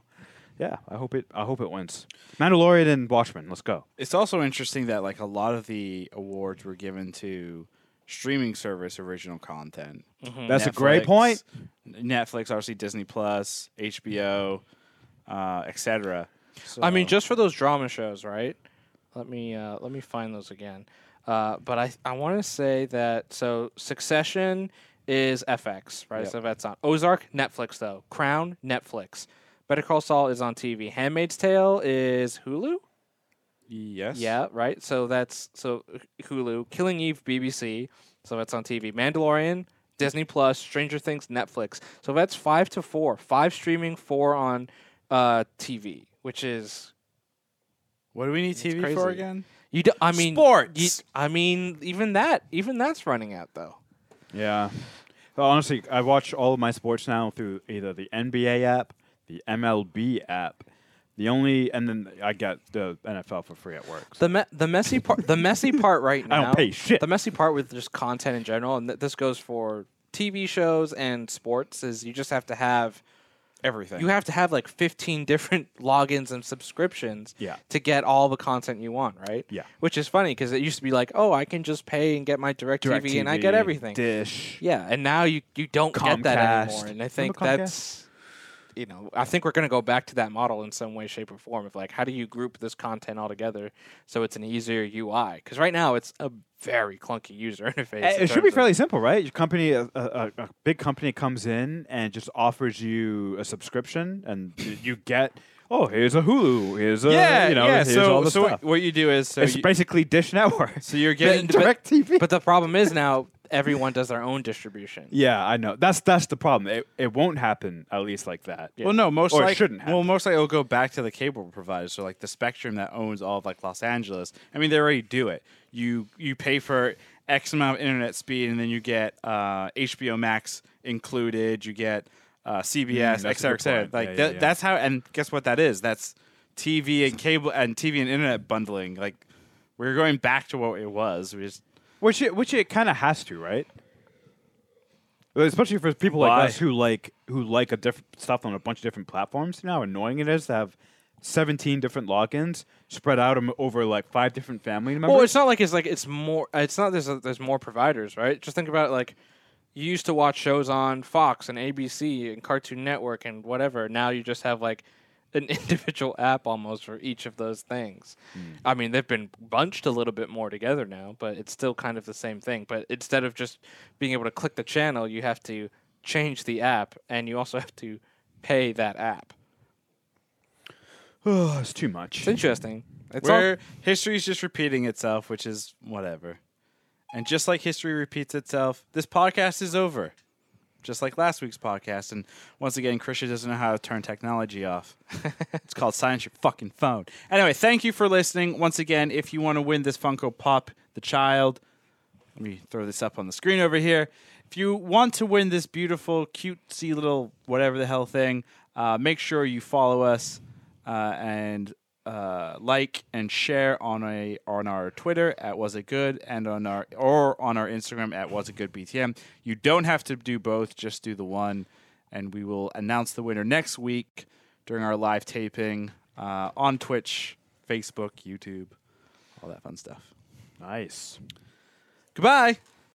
Speaker 2: yeah, I hope it I hope it wins. Mandalorian and Watchmen, let's go.
Speaker 1: It's also interesting that like a lot of the awards were given to streaming service original content.
Speaker 2: That's a great point.
Speaker 1: Netflix, obviously Disney Plus, HBO, uh, etc.
Speaker 3: I mean, just for those drama shows, right? Let me uh, let me find those again. Uh, but I I want to say that so Succession is FX, right? So that's on Ozark Netflix though. Crown Netflix. Better Call Saul is on TV. Handmaid's Tale is Hulu.
Speaker 1: yes,
Speaker 3: Yeah, right. So that's so Hulu, Killing Eve, BBC. So that's on TV. Mandalorian, Disney Plus, Stranger Things, Netflix. So that's five to four, five streaming, four on uh, TV, which is
Speaker 1: What do we need TV for
Speaker 3: crazy.
Speaker 1: again?
Speaker 3: you. Do, I mean,
Speaker 1: Sports.
Speaker 3: you- I mean, even that, even that's running out though.
Speaker 2: Yeah. But honestly, I watch all of my sports now through either the NBA app, the MLB app. The only, and then I get the NFL for free at work.
Speaker 3: The me- the messy part, the messy part right now.
Speaker 2: don't pay shit.
Speaker 3: The messy part with just content in general, and th- this goes for TV shows and sports, is you just have to have.
Speaker 1: Everything.
Speaker 3: you have to have like 15 different logins and subscriptions
Speaker 2: Yeah.
Speaker 3: to get all the content you want, right?
Speaker 2: Yeah.
Speaker 3: Which is funny because it used to be like, oh, I can just pay and get my direct, TV, and I get
Speaker 2: DirecTV,
Speaker 3: everything.
Speaker 2: Dish.
Speaker 3: yeah. And now you, you don't get that anymore.
Speaker 2: Comcast.
Speaker 3: And I think
Speaker 2: Remember Comcast?
Speaker 3: that's, you know, I think we're going to go back to that model in some way, shape, or form of like, how do you group this content all together so it's an easier UI? Because right now it's a very clunky user interface.
Speaker 2: Eh,
Speaker 3: in
Speaker 2: It should be
Speaker 3: terms of-
Speaker 2: fairly simple, right? Your company, a, a, a a big company, comes in and just offers you a subscription, and y- you get, oh, here's a Hulu, here's a,
Speaker 1: yeah,
Speaker 2: you know,
Speaker 1: yeah.
Speaker 2: here's
Speaker 1: So,
Speaker 2: all the
Speaker 1: so
Speaker 2: stuff.
Speaker 1: what, what you do is so
Speaker 2: it's
Speaker 1: you,
Speaker 2: basically Dish Network.
Speaker 1: so you're getting
Speaker 3: but-
Speaker 2: Direct TV.
Speaker 3: But the problem is now everyone does their own distribution.
Speaker 2: yeah, I know. That's that's the problem. It, it won't happen at least like that.
Speaker 1: Well, no, most
Speaker 2: Or it
Speaker 1: likely
Speaker 2: shouldn't
Speaker 1: Well,
Speaker 2: happen.
Speaker 1: most likely it'll go back to the cable providers, so like the Spectrum that owns all of like Los Angeles. I mean, they already do it. You you pay for X amount of internet speed, and then you get uh, HBO Max included. You get uh, CBS,
Speaker 2: Mm, that's a good
Speaker 1: XRXN.
Speaker 2: point.
Speaker 1: Like
Speaker 2: Yeah,
Speaker 1: tha-
Speaker 2: yeah, yeah.
Speaker 1: that's how. And guess what? That is that's TV and cable and TV and internet bundling. Like we're going back to what it was. We just
Speaker 2: Which it, which it kind of has to, right? Especially for people
Speaker 1: Why?
Speaker 2: like us who like who like a different stuff on a bunch of different platforms. You know how annoying it is to have seventeen different logins spread out am- over like five different family members.
Speaker 3: Well, it's not like it's like it's more. It's not there's a, there's more providers, right? Just think about it like you used to watch shows on Fox and ABC and Cartoon Network and whatever. Now you just have like an individual app almost for each of those things. I mean, they've been bunched a little bit more together now, but it's still kind of the same thing. But instead of just being able to click the channel, you have to change the app and you also have to pay that app.
Speaker 2: oh, it's too
Speaker 3: It's
Speaker 2: much.
Speaker 3: interesting. It's all-
Speaker 1: where history's just repeating itself, which is whatever. And just like history repeats itself, this podcast is over. Just like last week's podcast. And once again, Krisha doesn't know how to turn technology off. it's called silence your fucking phone. Anyway, thank you for listening. Once again, if you want to win this Funko Pop, the child, let me throw this up on the screen over here. If you want to win this beautiful, cutesy little whatever the hell thing, uh, make sure you follow us uh, and uh, like and share on a on our Twitter at was it good and on our or on our Instagram at was it good BTM. You don't have to do both; just do the one, and we will announce the winner next week during our live taping uh, on Twitch, Facebook, YouTube, all that fun stuff.
Speaker 2: Nice.
Speaker 1: Goodbye.